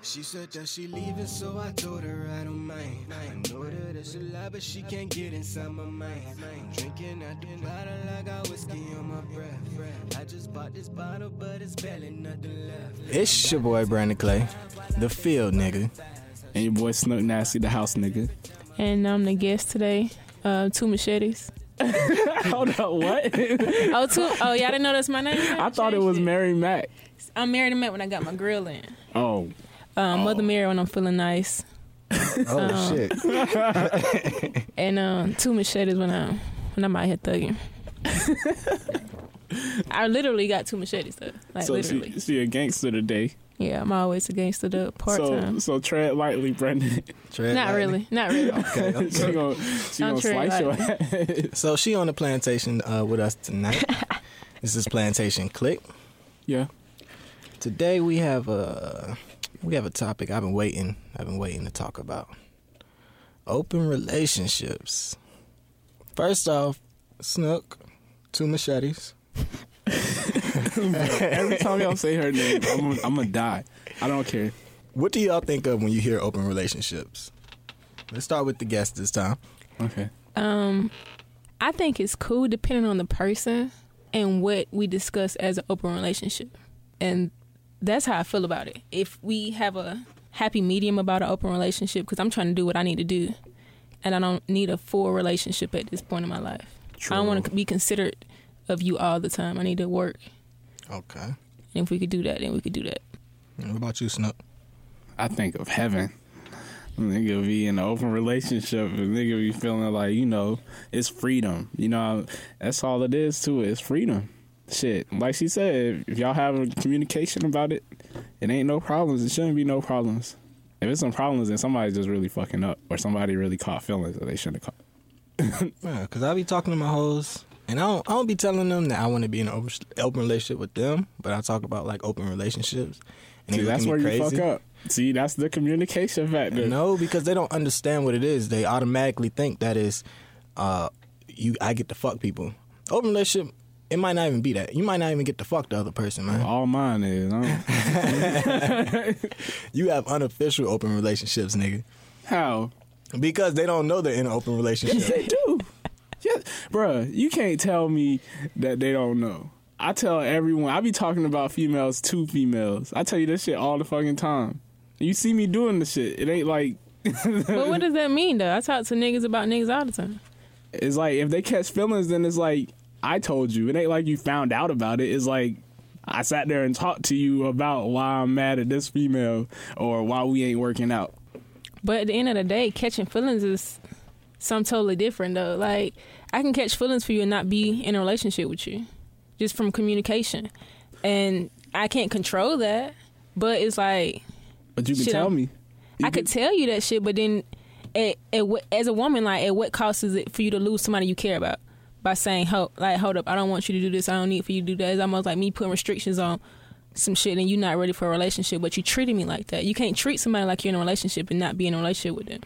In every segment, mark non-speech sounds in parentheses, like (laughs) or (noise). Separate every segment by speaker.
Speaker 1: She said that she leaving, so I told her I don't mind. I know that it's a lie, but she can't get inside my mind. I'm drinking out the bottle, I got whiskey on my breath. I just bought this bottle, but it's barely nothing left. It's your boy Brandon Clay, the field nigga.
Speaker 2: And your boy Snook Nasty, the house nigga.
Speaker 3: And I'm the guest today. Uh, two machetes.
Speaker 2: (laughs) Hold up, what?
Speaker 3: (laughs) Oh, two. Oh, y'all didn't know that's my name.
Speaker 2: I thought it was
Speaker 3: Changed
Speaker 2: Mary Mac.
Speaker 3: I'm married to Matt when I got my grill in.
Speaker 2: Oh,
Speaker 3: Um, Mother Mary when I'm feeling nice, Um,
Speaker 4: Oh shit!
Speaker 3: (laughs) and um, two machetes when I'm when I'm out
Speaker 2: (laughs)
Speaker 3: here thugging. I literally got two machetes though, like
Speaker 2: so
Speaker 3: literally.
Speaker 2: she, she a gangster today.
Speaker 3: Yeah, I'm always a gangster though, part
Speaker 2: so
Speaker 3: time.
Speaker 2: so tread lightly, Brendan.
Speaker 4: Tread
Speaker 3: Not
Speaker 4: lightly.
Speaker 3: really, not really.
Speaker 4: Okay. okay.
Speaker 2: (laughs)
Speaker 3: (laughs)
Speaker 2: she gonna, she
Speaker 3: Don't
Speaker 2: gonna
Speaker 3: tread
Speaker 2: slice your ass. (laughs)
Speaker 1: So she on the plantation uh, with us tonight. this is Plantation Click.
Speaker 2: yeah.
Speaker 1: Today we have a we have a topic I've been waiting I've been waiting to talk about. Open relationships. First off, Snook, two machetes.
Speaker 2: Every time y'all say her name, I'm gonna, I'm gonna die. I don't care.
Speaker 1: What do y'all think of when you hear open relationships? Let's start with the guest this time.
Speaker 2: Okay.
Speaker 3: Um, I think it's cool depending on the person and what we discuss as an open relationship. And that's how I feel about it. If we have a happy medium about an open relationship, because I'm trying to do what I need to do, and I don't need a full relationship at this point in my life. I don't want to be considered of you all the time. I need to work.
Speaker 1: Okay.
Speaker 3: And if we could do that, then we could do that.
Speaker 1: What about you, Snook?
Speaker 2: I think of heaven. A nigga be in an open relationship. A nigga be feeling like, you know, it's freedom. You know, that's all it is to it. It's freedom. Shit. Like she said, if y'all have a communication about it, it ain't no problems. It shouldn't be no problems. If it's some problems, then somebody's just really fucking up or somebody really caught feelings that they shouldn't have caught.
Speaker 1: Yeah, cause I be talking to my hoes, and I don't, I don't be telling them that I want to be in an open, open relationship with them, but I talk about like open relationships, and
Speaker 2: See,
Speaker 1: they look
Speaker 2: that's
Speaker 1: at me
Speaker 2: where you
Speaker 1: crazy.
Speaker 2: fuck up. See, that's the communication factor.
Speaker 1: No, because they don't understand what it is. They automatically think that is, uh, you. I get to fuck people. Open relationship. It might not even be that. You might not even get to fuck the other person, man.
Speaker 2: All mine is. I don't-
Speaker 1: You have unofficial open relationships, nigga,
Speaker 2: How?
Speaker 1: because they don't know they're in an open relationship.
Speaker 2: They do. Yeah, bruh, you can't tell me that they don't know. I tell everyone. I be talking about females to females. I tell you this shit all the fucking time. You see me doing this shit. It ain't like
Speaker 3: but what does that mean, though? I talk to niggas about niggas all the time.
Speaker 2: it's like if they catch feelings, then it's like I told you. It ain't like you found out about it. It's like I sat there and talked to you about why I'm mad at this female or why we ain't working out.
Speaker 3: But at the end of the day, catching feelings is something totally different, though. Like, I can catch feelings for you and not be in a relationship with you just from communication. And I can't control that, but it's like,
Speaker 2: But you can
Speaker 3: Shit,
Speaker 2: tell
Speaker 3: I'm-
Speaker 2: me.
Speaker 3: I could tell you that shit, but then at, at what, as a woman, like, at what cost is it for you to lose somebody you care about? By saying, "Hold, like, hold up, I don't want you to do this. I don't need for you to do that." It's almost like me putting restrictions on some shit, and you're not ready for a relationship, but you treated me like that. You can't treat somebody like you're in a relationship and not be in a relationship with them.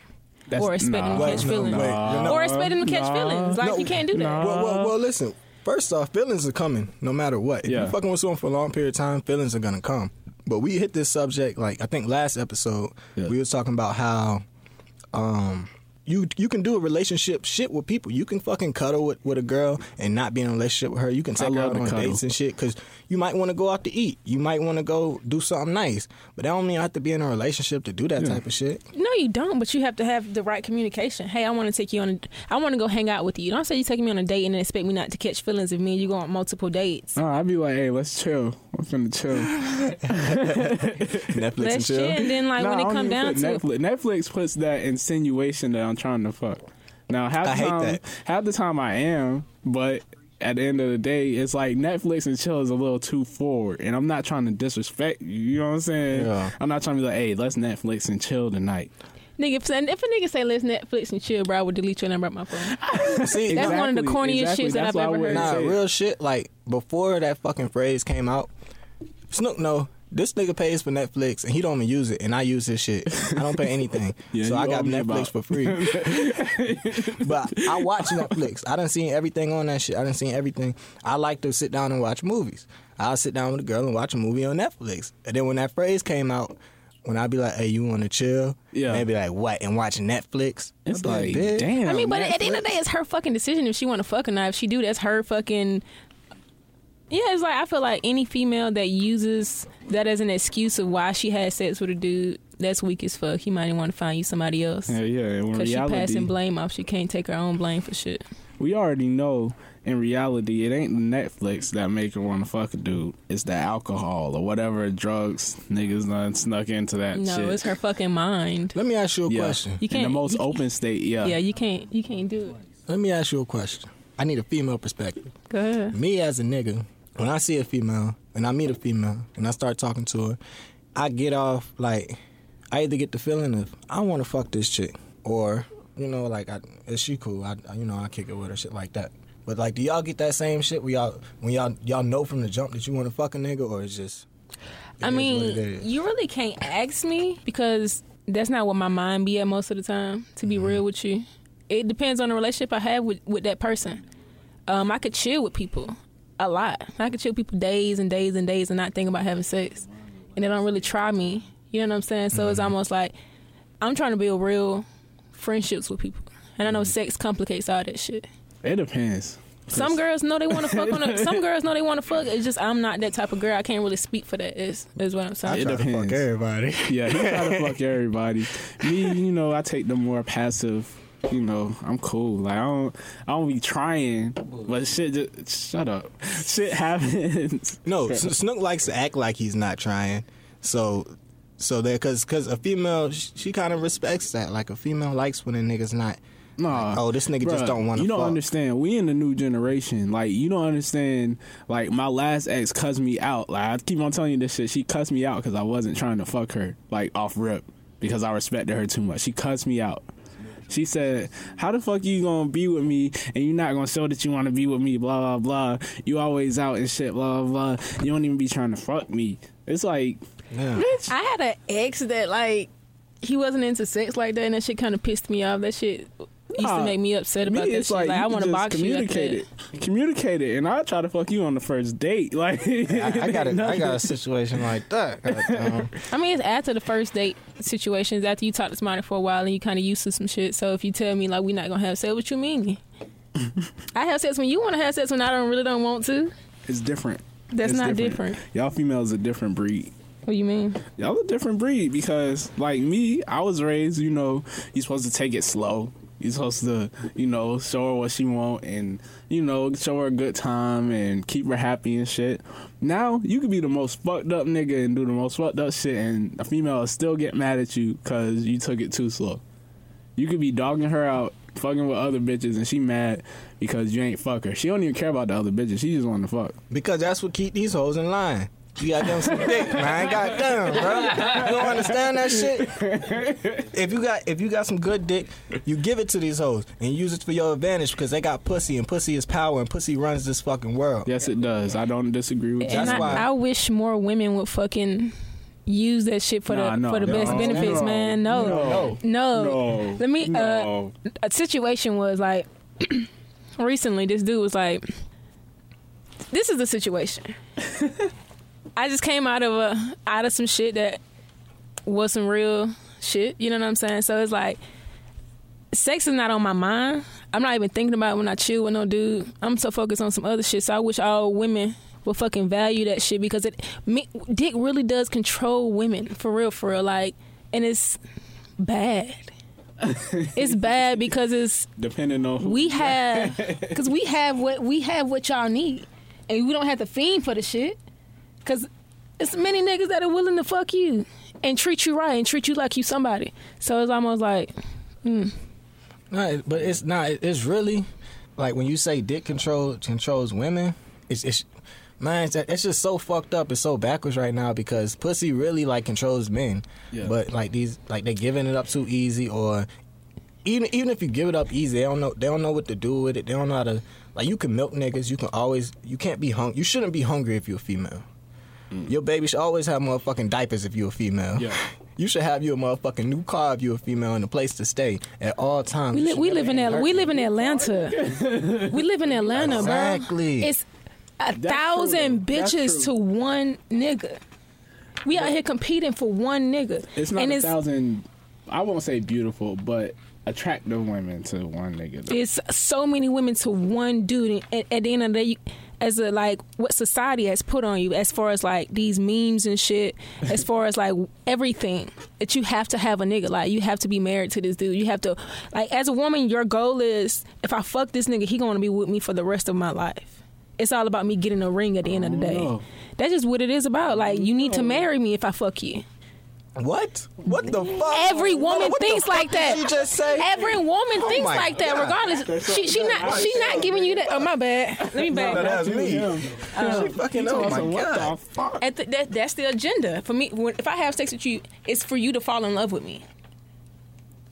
Speaker 2: That's-
Speaker 3: or expecting
Speaker 2: nah.
Speaker 3: to catch
Speaker 1: Wait, no,
Speaker 3: feelings,
Speaker 1: wait, you're not-
Speaker 3: or expecting to catch
Speaker 2: nah,
Speaker 3: feelings. Like
Speaker 1: no,
Speaker 3: you can't do that.
Speaker 2: nah.
Speaker 1: well, well, well, listen. First off, feelings are coming no matter what. If
Speaker 2: Uh, Yeah.
Speaker 1: you're fucking with someone for a long period of time, feelings are gonna come. But we hit this subject like I think last episode
Speaker 2: Yeah.
Speaker 1: we was talking about how um you you can do a relationship shit with people. You can fucking cuddle with, with a girl and not be in a relationship with her. You can take her
Speaker 2: love
Speaker 1: out
Speaker 2: to
Speaker 1: on
Speaker 2: cuddle.
Speaker 1: dates and shit because you might want to go out to eat. You might want to go do something nice. But that don't mean I have to be in a relationship to do that type of
Speaker 3: (laughs)
Speaker 1: shit.
Speaker 3: No, you don't. But you have to have the right communication. Hey, I want to take you on. A, I want to go hang out with you. Don't say you taking me on a date and then expect me not to catch feelings if me and you go on multiple dates.
Speaker 2: Nah, I'd be like, hey, let's chill. I'm finna chill.
Speaker 1: Netflix and
Speaker 3: Let's
Speaker 1: chill.
Speaker 3: chill. And then like
Speaker 2: Nah,
Speaker 3: when
Speaker 2: I
Speaker 3: it
Speaker 2: don't
Speaker 3: come
Speaker 2: even
Speaker 3: down
Speaker 2: put
Speaker 3: to it,
Speaker 2: Netflix, Netflix puts that insinuation that I'm trying to fuck. Now half
Speaker 1: I
Speaker 2: the
Speaker 1: hate
Speaker 2: time,
Speaker 1: that.
Speaker 2: half the time I am, but at the end of the day, it's like Netflix and chill is a little too forward, and I'm not trying to disrespect you. You know what I'm saying?
Speaker 1: Yeah.
Speaker 2: I'm not trying to be like, hey, let's Netflix and chill tonight.
Speaker 3: nigga, if, and if a nigga say let's Netflix and chill, bro, I would delete your number out my phone.
Speaker 1: See,
Speaker 3: That's
Speaker 1: nah,
Speaker 3: one of the
Speaker 2: Exactly,
Speaker 3: corniest
Speaker 2: exactly.
Speaker 3: shits that
Speaker 2: That's
Speaker 3: I've
Speaker 2: why I
Speaker 3: ever heard.
Speaker 2: wouldn't
Speaker 1: Nah,
Speaker 2: say it.
Speaker 1: real shit. Like before that fucking phrase came out, Snook no. This nigga pays for Netflix and he don't even use it, and I use his shit. I don't pay anything,
Speaker 2: (laughs) Yeah,
Speaker 1: so
Speaker 2: you
Speaker 1: I
Speaker 2: owe
Speaker 1: got
Speaker 2: me
Speaker 1: Netflix for
Speaker 2: about- (laughs)
Speaker 1: free. but I watch Netflix. I done seen everything on that shit. I done seen everything. I like to sit down and watch movies. I'll sit down with a girl and watch a movie on Netflix. And then when that phrase came out, when I be like, "Hey, you want to chill?"
Speaker 2: Yeah.
Speaker 1: and they be like, "What?" and watch Netflix.
Speaker 2: It's
Speaker 1: I be
Speaker 2: like,
Speaker 1: "Bitch."
Speaker 2: damn.
Speaker 3: I mean, but at the end
Speaker 2: Oh, Netflix.
Speaker 3: of the day, it's her fucking decision if she want to fuck or not. If she do, that's her fucking. Yeah, it's like I feel like any female that uses that as an excuse of why she had sex with a dude, that's weak as fuck. He might want to find you somebody else
Speaker 2: Yeah, yeah.
Speaker 3: (laughs)
Speaker 2: In
Speaker 3: because she passing
Speaker 2: reality,
Speaker 3: blame off. She can't take her own blame for shit.
Speaker 2: we already know in reality it ain't Netflix that make her want to fuck a dude. It's the alcohol or whatever drugs niggas done snuck into that
Speaker 3: No,
Speaker 2: shit.
Speaker 3: it's her fucking mind.
Speaker 1: Let me ask you a
Speaker 2: yeah.
Speaker 1: question.
Speaker 3: You
Speaker 2: In the
Speaker 3: can't-
Speaker 2: most
Speaker 3: you can't-
Speaker 2: open state, yeah.
Speaker 3: Yeah, you can't. You can't do it.
Speaker 1: Let me ask you a question. I need a female perspective.
Speaker 3: Go ahead.
Speaker 1: Me as a nigga, when I see a female and I meet a female and I start talking to her, I get off like I either get the feeling of I want to fuck this chick or you know like I, is she cool? I I- you know I kick it with her shit like that. But like, do y'all get that same shit? When y'all when y'all y'all know from the jump that you want to fuck a nigga or it's just it
Speaker 3: I
Speaker 1: is
Speaker 3: mean,
Speaker 1: what it is?
Speaker 3: you really can't ask me because that's not what my mind be at most of the time. To be
Speaker 1: Mm-hmm.
Speaker 3: real with you, it depends on the relationship I have with with that person. Um, I could chill with people a lot. I could chill with people days and days and days and not think about having sex, and they don't really try me. You know what I'm saying? So it's
Speaker 1: Mm-hmm.
Speaker 3: almost like I'm trying to build real friendships with people, and I
Speaker 1: Mm-hmm.
Speaker 3: know sex complicates all that shit.
Speaker 2: It depends.
Speaker 3: Some girls know they want to fuck
Speaker 1: (laughs)
Speaker 3: on. A, some girls know they want to fuck. It's just I'm not that type of girl. I can't really speak for that. Is is what I'm saying.
Speaker 2: It
Speaker 1: Try to fuck
Speaker 2: depends.
Speaker 1: everybody. (laughs)
Speaker 2: Yeah, he try
Speaker 3: (laughs)
Speaker 2: to fuck everybody. Me, you know, I take the more passive. You know, I'm cool. Like I don't, I don't be trying. But shit, just, shut up. Shit happens. (laughs)
Speaker 1: No, S- Snook likes to act like he's not trying. So, so there, cause, cause a female, sh- she kind of respects that. Like a female likes when a nigga's not.
Speaker 2: Nah.
Speaker 1: Oh, this nigga just
Speaker 2: Uh, Bruh,
Speaker 1: don't want to.
Speaker 2: You don't understand. We in the new generation. Like you don't understand. Like my last ex cussed me out. Like I keep on telling you this shit. She cussed me out because I wasn't trying to fuck her. Like off rip because I respected her too much. She cussed me out. She said, "How the fuck you gonna be with me and you not gonna show that you want to be with me? Blah blah blah. You always out and shit. Blah blah blah. You don't even be trying to fuck me. It's like,
Speaker 1: Yeah.
Speaker 2: bitch,
Speaker 3: I had an ex that like he wasn't into sex like that, and that shit kind of pissed me off. That shit used
Speaker 2: Nah,
Speaker 3: to make me upset about
Speaker 2: me,
Speaker 3: that
Speaker 2: it's
Speaker 3: shit.
Speaker 2: like,
Speaker 3: Like, I
Speaker 2: want
Speaker 3: want to box you. after
Speaker 2: communicate
Speaker 3: that.
Speaker 2: it, communicate it, and I try to fuck you on the first date. (laughs) Like
Speaker 1: I, I got a, I got a situation like
Speaker 2: (laughs)
Speaker 1: that. Um,
Speaker 3: I mean, it's after the first date situations, after you talk to somebody for a while and you kind of used to some shit. So if you tell me like we not gonna have sex, what
Speaker 2: (laughs)
Speaker 3: you mean? I have sex when you want to have sex when I don't really don't want to.
Speaker 2: It's different.
Speaker 3: That's
Speaker 2: It's
Speaker 3: not
Speaker 2: different.
Speaker 3: different.
Speaker 2: Y'all females a different breed.
Speaker 3: What do you mean?
Speaker 2: Y'all a different breed because, like me, I was raised. You know, you supposed to take it slow. you supposed to, you know, show her what she want and you know, show her a good time and keep her happy and shit. Now you could be the most fucked up nigga and do the most fucked up shit, and a female will still get mad at you because you took it too slow. You could be dogging her out, fucking with other bitches, and she mad because you ain't fuck her. She don't even care about the other bitches. She just want to fuck.
Speaker 1: because that's what keep these hoes in line. You got them some dick, man. Goddamn, bro. You don't understand that shit. If you got if you got some good dick, you give it to these hoes and use it for your advantage because they got pussy and pussy is power and pussy runs this fucking world.
Speaker 2: Yes, it does. I don't disagree with you.
Speaker 3: and
Speaker 1: That's
Speaker 3: I,
Speaker 1: why-
Speaker 3: I wish more women would fucking use that shit for
Speaker 2: Nah,
Speaker 3: the
Speaker 2: no,
Speaker 3: for the
Speaker 2: no,
Speaker 3: best
Speaker 2: no,
Speaker 3: benefits,
Speaker 2: no,
Speaker 3: man. No.
Speaker 2: no,
Speaker 3: No.
Speaker 2: no,
Speaker 3: Let me
Speaker 2: no.
Speaker 3: uh a situation was like (clears throat) recently this dude was like this is the situation. (laughs) I just came out of a out of some shit that was some real shit, you know what I'm saying? So it's like sex is not on my mind. I'm not even thinking about it when I chill with no dude. I'm so focused on some other shit. So I wish all women would fucking value that shit because it me, dick really does control women for real, for real. Like, and it's bad. it's bad because it's
Speaker 2: depending on who. (laughs)
Speaker 3: we have because we have what we have what y'all need, and we don't have to fiend for the shit. Because it's many niggas that are willing to fuck you and treat you right and treat you like you somebody. So it's almost like
Speaker 1: No, it- but it's not. it- It's really like when you say dick control controls women. It's it's man. It's, it's just so fucked up. It's so backwards right now because pussy really like controls men.
Speaker 2: Yeah.
Speaker 1: But like these, like they giving it up too easy, or even even if you give it up easy, they don't know. They don't know what to do with it. They don't know how to. Like you can milk niggas. You can always. You can't be hung. You shouldn't be hungry if you're a female. Your baby should always have motherfucking diapers if you're a female.
Speaker 2: Mm. Yeah.
Speaker 1: (laughs) You should have you a motherfucking new car if you're a female and a place to stay at all times.
Speaker 3: We,
Speaker 1: You
Speaker 3: li-
Speaker 1: should
Speaker 3: we
Speaker 1: never
Speaker 3: live in
Speaker 1: be
Speaker 3: Al- we
Speaker 1: hurt.
Speaker 3: live in Atlanta. we live in Atlanta,
Speaker 1: Exactly.
Speaker 3: bro. It's a
Speaker 2: That's true,
Speaker 3: thousand
Speaker 2: though. That's
Speaker 3: bitches to
Speaker 2: true.
Speaker 3: one nigga. We out here competing for one nigga.
Speaker 2: It's not
Speaker 3: and
Speaker 2: a
Speaker 3: it's,
Speaker 2: thousand. I won't say beautiful, but attractive women to one nigga. though.
Speaker 3: it's so many women to one dude, and at, at the end of the day, you, as a like what society has put on you, as far as like these memes and shit, as far as like everything that you have to have a nigga, like you have to be married to this dude, you have to like as a woman, your goal is if I fuck this nigga, he gonna be with me for the rest of my life. It's all about me getting a ring at the end of the
Speaker 2: I
Speaker 1: Oh,
Speaker 3: day.
Speaker 2: don't know.
Speaker 3: That's just what it is about. Like you need to marry me if I fuck you.
Speaker 1: What? What the fuck?
Speaker 3: Every woman
Speaker 1: What the
Speaker 3: thinks
Speaker 1: fuck
Speaker 3: like
Speaker 1: did
Speaker 3: that.
Speaker 1: You just say
Speaker 3: Every woman
Speaker 1: Oh
Speaker 3: thinks
Speaker 1: my
Speaker 3: like that,
Speaker 1: God.
Speaker 3: regardless. She she not she not giving you that. Oh my bad. Let me back.
Speaker 1: No,
Speaker 3: up.
Speaker 1: that's
Speaker 2: Not
Speaker 1: me.
Speaker 2: you, him.
Speaker 3: Um,
Speaker 1: She fucking. Oh
Speaker 2: Also,
Speaker 1: my
Speaker 2: what
Speaker 1: god.
Speaker 2: the fuck?
Speaker 3: At the, that, that's the agenda for me. When, if I have sex with you, it's for you to fall in love with
Speaker 2: (clears throat)
Speaker 3: me.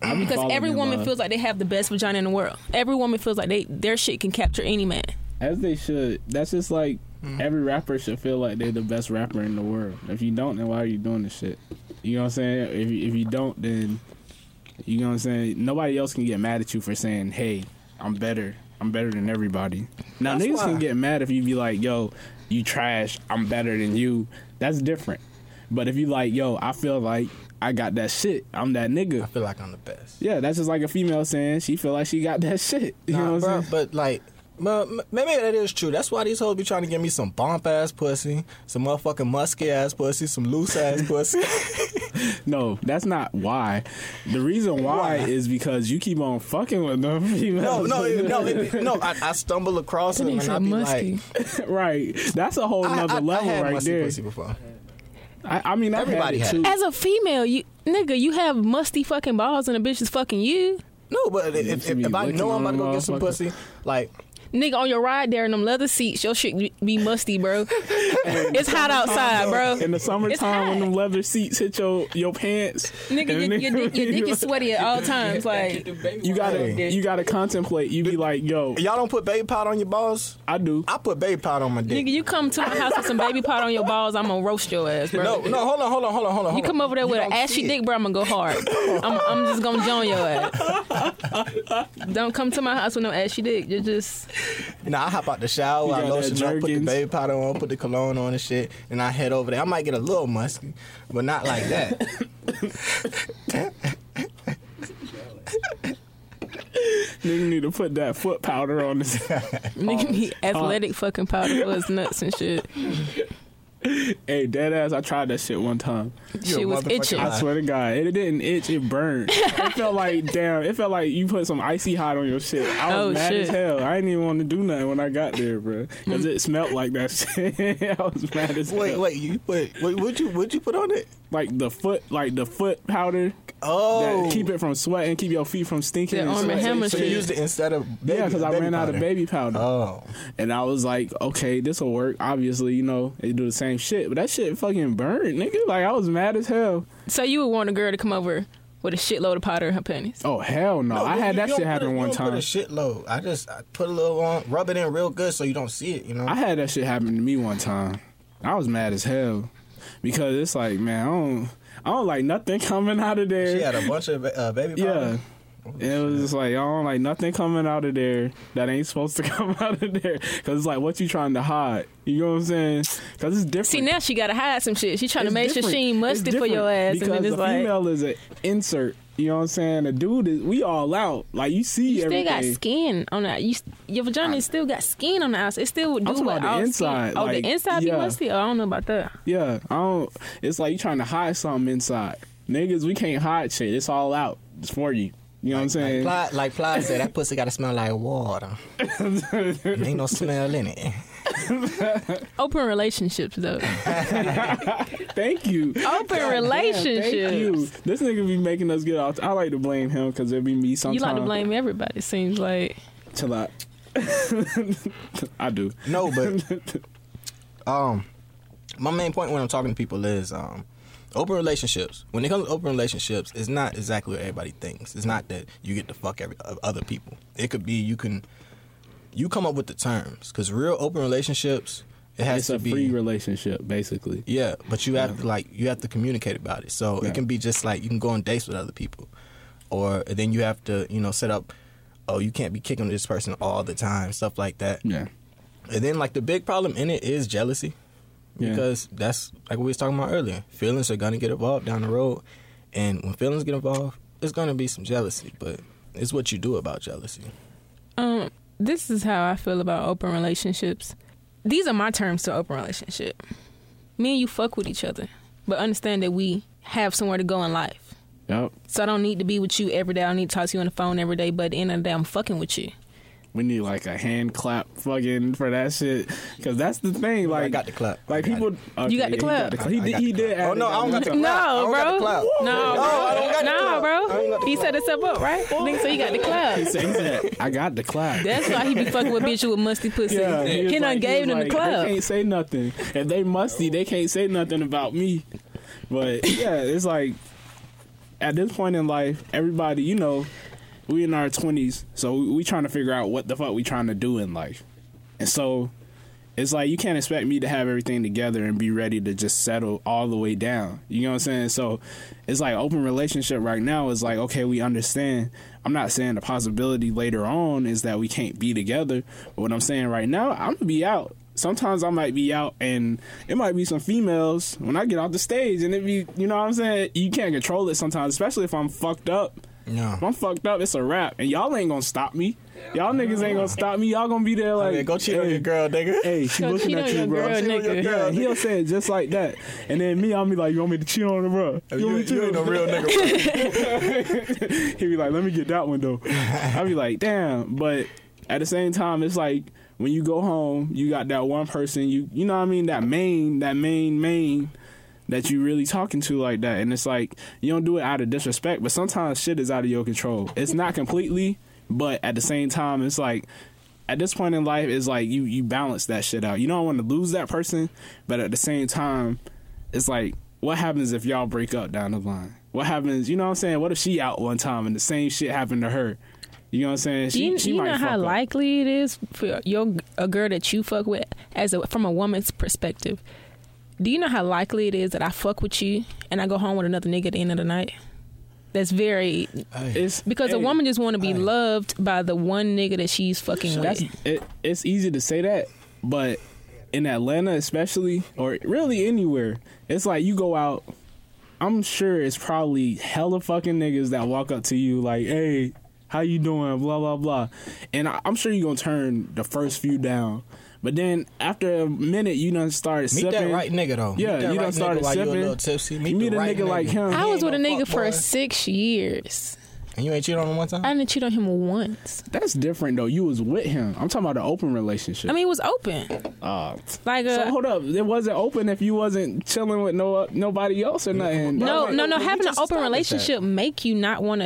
Speaker 3: Because
Speaker 2: falling
Speaker 3: every
Speaker 2: in
Speaker 3: woman
Speaker 2: love.
Speaker 3: feels like they have the best vagina in the world. Every woman feels like they their shit can capture any man.
Speaker 2: As they should. That's just like
Speaker 1: Mm-hmm.
Speaker 2: every rapper should feel like they're the best rapper in the world. If you don't, then why are you doing this shit? You know what I'm saying? If you, if you don't, then you know what I'm saying. Nobody else can get mad at you for saying, "Hey, I'm better. I'm better than everybody." Now
Speaker 1: That's
Speaker 2: niggas
Speaker 1: why.
Speaker 2: can get mad if you be like, "Yo, you trash. I'm better than you." That's different. But if you like, "Yo, I feel like I got that shit. I'm that nigga."
Speaker 1: I feel like I'm the best.
Speaker 2: Yeah, that's just like a female saying she feel like she got that shit. (laughs) You
Speaker 1: Nah,
Speaker 2: know what
Speaker 1: bruh,
Speaker 2: I'm saying?
Speaker 1: But like, but m- maybe that is true. That's why these hoes be trying to give me some bump ass pussy, some motherfucking musky ass pussy, some loose ass
Speaker 3: (laughs)
Speaker 1: pussy.
Speaker 2: No, that's not why. The reason why,
Speaker 1: Why?
Speaker 2: is because you keep on fucking with them (laughs)
Speaker 1: No,
Speaker 2: females.
Speaker 1: no, it- no, it- no. I, I stumble across them and I be like,
Speaker 2: (laughs) right. That's a whole
Speaker 1: I,
Speaker 2: nother
Speaker 1: I, I
Speaker 2: level
Speaker 1: had
Speaker 2: right
Speaker 1: musty
Speaker 2: there.
Speaker 1: pussy before.
Speaker 2: I, I mean, I've
Speaker 1: Everybody
Speaker 2: had
Speaker 1: had
Speaker 2: it too.
Speaker 3: As a female, you nigga, you have musty fucking balls and a bitch is fucking you.
Speaker 1: No, but if,
Speaker 2: You
Speaker 1: if,
Speaker 2: should be
Speaker 1: if I
Speaker 2: licking
Speaker 1: know I'm about to
Speaker 2: on
Speaker 1: go get some
Speaker 2: motherfucker.
Speaker 1: pussy, like
Speaker 3: Nigga, on your ride there in them leather seats, your shit be
Speaker 2: (laughs)
Speaker 3: musty, bro. it's hot outside, bro.
Speaker 2: In the summertime, when
Speaker 3: hot.
Speaker 2: them leather seats hit your, your pants, and
Speaker 3: Nigga, your, your,
Speaker 2: (laughs)
Speaker 3: dick, your
Speaker 2: you-
Speaker 3: dick is sweaty at
Speaker 2: (laughs)
Speaker 3: all times. Like,
Speaker 2: You gotta,
Speaker 1: Hey.
Speaker 2: you gotta contemplate. You be like, yo,
Speaker 1: y'all don't put baby powder on your balls.
Speaker 2: I do.
Speaker 1: I put baby powder on my dick.
Speaker 3: nigga, you come to my house with some baby powder on your balls, I'm gonna roast your ass, bro.
Speaker 1: no, no, hold on, hold on, hold on, hold on.
Speaker 3: You come over there with an ashy dick, bro. I'm gonna go hard. I'm, I'm just gonna join your ass. Don't come to my house with no ashy dick. You're just
Speaker 1: Nah, I hop out the shower,
Speaker 2: You
Speaker 1: I
Speaker 2: got
Speaker 1: lotion
Speaker 2: that
Speaker 1: up, put the
Speaker 2: Jergens.
Speaker 1: baby powder on, put the cologne on and shit, and I head over there. I might get a little musky, but not like
Speaker 2: (laughs)
Speaker 1: that.
Speaker 2: Nigga need to put that foot powder on this. (laughs)
Speaker 3: nigga be athletic fucking powder for his nuts and
Speaker 2: (laughs)
Speaker 3: shit.
Speaker 2: hey, dead ass. I tried that shit one time.
Speaker 1: You a
Speaker 3: Shit was
Speaker 1: motherfucking
Speaker 3: itching.
Speaker 1: liar.
Speaker 2: I swear to God, it didn't itch, it burned. it felt
Speaker 3: (laughs)
Speaker 2: like damn, it felt like you put some icy hot on your shit. I was
Speaker 3: Oh,
Speaker 2: mad
Speaker 3: shit.
Speaker 2: as hell. I didn't even want to do nothing when I got there, bro, because it smelled like that (laughs) shit. I was mad as
Speaker 1: Wait,
Speaker 2: hell.
Speaker 1: wait, you put wait, what you what you put on it?
Speaker 2: Like the foot, like the foot powder
Speaker 1: Oh,
Speaker 2: that keep it from sweating, keep your feet from stinking.
Speaker 3: The
Speaker 2: and
Speaker 3: Arm and
Speaker 2: sweat.
Speaker 3: Hammer
Speaker 1: so you
Speaker 3: shit.
Speaker 1: used it instead of baby,
Speaker 2: Yeah, because I
Speaker 1: baby
Speaker 2: ran out
Speaker 1: powder.
Speaker 2: of baby powder,
Speaker 1: Oh,
Speaker 2: and I was like, okay, this will work. Obviously, you know, they do the same shit, but that shit fucking burned, nigga. Like I was mad as hell.
Speaker 3: So you would want a girl to come over with a shitload of powder in her panties.
Speaker 2: Oh hell no! I
Speaker 1: You-
Speaker 2: had
Speaker 1: you don't
Speaker 2: that shit
Speaker 1: put a-
Speaker 2: happen
Speaker 1: you
Speaker 2: one
Speaker 1: don't Put
Speaker 2: time.
Speaker 1: a shitload. I just I put a little on, rub it in real good so you don't see it. You know.
Speaker 2: I had that shit happen to me one time. I was mad as hell because it's like, man, I don't, I don't like nothing (laughs) coming out of there.
Speaker 1: she had a bunch of uh, baby
Speaker 2: yeah.
Speaker 1: powder.
Speaker 2: And it was just like I don't like nothing coming out of there that ain't supposed to (laughs) come out of there because it's like what you trying to hide. You know what I'm saying? Because it's different.
Speaker 3: See now she gotta hide some shit. She trying to
Speaker 2: It's
Speaker 3: make sure
Speaker 2: different.
Speaker 3: she ain't
Speaker 2: It's
Speaker 3: musty for
Speaker 2: different
Speaker 3: your ass,
Speaker 2: because
Speaker 3: and then
Speaker 2: a
Speaker 3: it's like
Speaker 2: female is an insert. You know what I'm saying? A dude is we all out. Like you see
Speaker 3: you still
Speaker 2: everything.
Speaker 3: got skin on that. You, your vagina still got skin on the outside. It still would do
Speaker 2: talking
Speaker 3: what
Speaker 2: about the
Speaker 3: all skin-
Speaker 2: inside,
Speaker 3: Oh,
Speaker 2: like,
Speaker 3: the inside
Speaker 2: yeah.
Speaker 3: be musty. Oh, I don't know about that.
Speaker 2: Yeah, I don't. It's like you trying to hide something inside, niggas. We can't hide shit. It's all out. It's for you. You know what I'm
Speaker 1: Like
Speaker 2: saying?
Speaker 1: Ply, like Ply said, that pussy gotta smell like (laughs) water. ain't no smell in it.
Speaker 3: Open relationships though.
Speaker 2: thank you. (laughs)
Speaker 3: Open relationships.
Speaker 2: Thank you. This nigga be making us get off. I like to blame him because it be me
Speaker 3: You
Speaker 2: sometimes.
Speaker 3: like to blame everybody. it Seems like
Speaker 2: Chill out. (laughs) I do.
Speaker 1: No, but um, my main point when I'm talking to people is um, open relationships. When it comes to open relationships, it's not exactly what everybody thinks. It's not that you get to fuck every o- other people. It could be you can you come up with the terms because real open relationships it has
Speaker 2: It's
Speaker 1: to
Speaker 2: a
Speaker 1: be
Speaker 2: free relationship, basically.
Speaker 1: Yeah, but you have to like you have to communicate about it. So
Speaker 2: Yeah.
Speaker 1: it can be just like you can go on dates with other people, or then you have to you know set up. Oh, you can't be kicking this person all the time, stuff like that.
Speaker 2: Yeah.
Speaker 1: And then like the big problem in it is jealousy.
Speaker 2: Yeah.
Speaker 1: because that's like we was talking about earlier. Feelings are gonna get involved down the road, and when feelings get involved, it's gonna be some jealousy. But it's what you do about jealousy.
Speaker 3: Um, this is how I feel about open relationships. These are my terms to open relationship. Me and you fuck with each other, but understand that we have somewhere to go in life.
Speaker 2: Yep.
Speaker 3: So I don't need to be with you every day. I don't need to talk to you on the phone every day. But at the end of the day, I'm fucking with you.
Speaker 2: We need like a hand clap fucking for that shit because that's the thing. Like
Speaker 1: I got the clap.
Speaker 2: Like
Speaker 1: I got
Speaker 2: people, okay,
Speaker 3: You got the
Speaker 2: yeah, he He,
Speaker 3: clap.
Speaker 1: I
Speaker 2: did.
Speaker 1: got
Speaker 2: He
Speaker 1: the
Speaker 2: did.
Speaker 1: clap. Oh,
Speaker 2: add
Speaker 1: no,
Speaker 2: it
Speaker 1: I don't
Speaker 2: on
Speaker 1: got the
Speaker 2: top.
Speaker 1: clap.
Speaker 3: (laughs)
Speaker 1: I don't
Speaker 3: No,
Speaker 1: got the
Speaker 3: bro.
Speaker 1: clap.
Speaker 3: No,
Speaker 1: No, I don't got the
Speaker 3: no,
Speaker 1: clap. I don't
Speaker 3: bro.
Speaker 1: got the
Speaker 3: He set us up up, right? Nigga, so you got the club.
Speaker 2: He
Speaker 1: (laughs)
Speaker 2: said, he said, "I got the clap."
Speaker 3: That's why he be fucking with bitches with musty pussy.
Speaker 2: he
Speaker 3: he
Speaker 2: was
Speaker 3: done
Speaker 2: like- he
Speaker 3: gave
Speaker 2: was
Speaker 3: them the
Speaker 2: like,
Speaker 3: club.
Speaker 2: They can't say nothing. If they musty, they can't say nothing about me. But yeah, it's like at this point in life, everybody, you know, we in our twenties, so we, we trying to figure out what the fuck we trying to do in life, and so it's like you can't expect me to have everything together and be ready to just settle all the way down. You know what I'm saying? So it's like open relationship right now is like okay, we understand. I'm not saying the possibility later on is that we can't be together, but what I'm saying right now, I'm gonna be out. Sometimes I might be out and it might be some females when I get off the stage and it be you know what I'm saying? You can't control it sometimes, especially if I'm fucked up.
Speaker 1: No.
Speaker 2: If I'm fucked up, it's a wrap. And y'all ain't gonna stop me. Y'all niggas ain't gonna stop me. Y'all gonna be there like
Speaker 1: I mean, go cheat on
Speaker 2: "Hey,
Speaker 1: your girl, nigga.
Speaker 2: Hey, she
Speaker 3: Go
Speaker 2: looking
Speaker 3: cheat
Speaker 2: at
Speaker 3: on
Speaker 2: you,
Speaker 3: your
Speaker 2: bro.
Speaker 3: girl,
Speaker 2: She on your
Speaker 3: nigga.
Speaker 2: girl. Yeah, he'll say it just like that. And then me, I'll be like, you want me to cheat on her, bro?
Speaker 1: Oh, You,
Speaker 2: want me to cheat
Speaker 1: you ain't
Speaker 2: on
Speaker 1: no
Speaker 2: her?"
Speaker 1: real nigga.
Speaker 2: (laughs) He'd be like, let me get that one, though. I'd be like, damn. But at the same time, it's like when you go home, you got that one person, you you know what I mean? That main, that main, main that you really talking to like that. And it's like, you don't do it out of disrespect, but sometimes shit is out of your control. It's not completely, but at the same time, it's like, at this point in life, it's like you you balance that shit out. You don't want to lose that person, but at the same time, it's like what happens if y'all break up down the line? What happens? You know what I'm saying? What if she out one time and the same shit happened to her? You know what I'm saying?
Speaker 3: Do
Speaker 2: She,
Speaker 3: you,
Speaker 2: she
Speaker 3: you know
Speaker 2: fuck
Speaker 3: how
Speaker 2: up.
Speaker 3: likely it is for your a girl that you fuck with as a, from a woman's perspective? Do you know how likely it is that I fuck with you and I go home with another nigga at the end of the night? That's very
Speaker 2: it's (laughs)
Speaker 3: because
Speaker 2: hey,
Speaker 3: a woman just want to be loved by the one nigga that she's fucking
Speaker 2: That's
Speaker 3: with.
Speaker 2: E, it, it's easy to say that, but in Atlanta especially, or really anywhere, it's like you go out. I'm sure it's probably hella fucking niggas that walk up to you like, "Hey, how you doing?" Blah blah blah, and I, I'm sure you gonna turn the first few down, but then after a minute, you done start
Speaker 1: Meet
Speaker 2: sipping.
Speaker 1: that right nigga though.
Speaker 2: Yeah,
Speaker 1: Meet that
Speaker 2: you done
Speaker 1: right nigga
Speaker 2: started
Speaker 1: while you a
Speaker 2: sipping.
Speaker 1: little tipsy.
Speaker 2: You
Speaker 1: Meet,
Speaker 2: meet
Speaker 1: the
Speaker 2: a
Speaker 1: right
Speaker 2: nigga like him.
Speaker 1: He
Speaker 3: I was
Speaker 1: ain't
Speaker 3: with a
Speaker 1: no
Speaker 3: nigga
Speaker 1: fuck
Speaker 3: for
Speaker 1: boy.
Speaker 3: six years.
Speaker 1: And you ain't cheat on him one time.
Speaker 3: I didn't cheat on him once.
Speaker 2: That's different though. You was with him. I'm talking about an open relationship.
Speaker 3: I mean, it was open.
Speaker 2: uh,
Speaker 3: Like, uh,
Speaker 2: so hold up, it wasn't open if you wasn't chilling with no nobody else or nothing.
Speaker 3: No,
Speaker 1: Right,
Speaker 3: no, no.
Speaker 1: but we
Speaker 3: Having an
Speaker 1: just
Speaker 3: open
Speaker 1: established that.
Speaker 3: relationship make you not want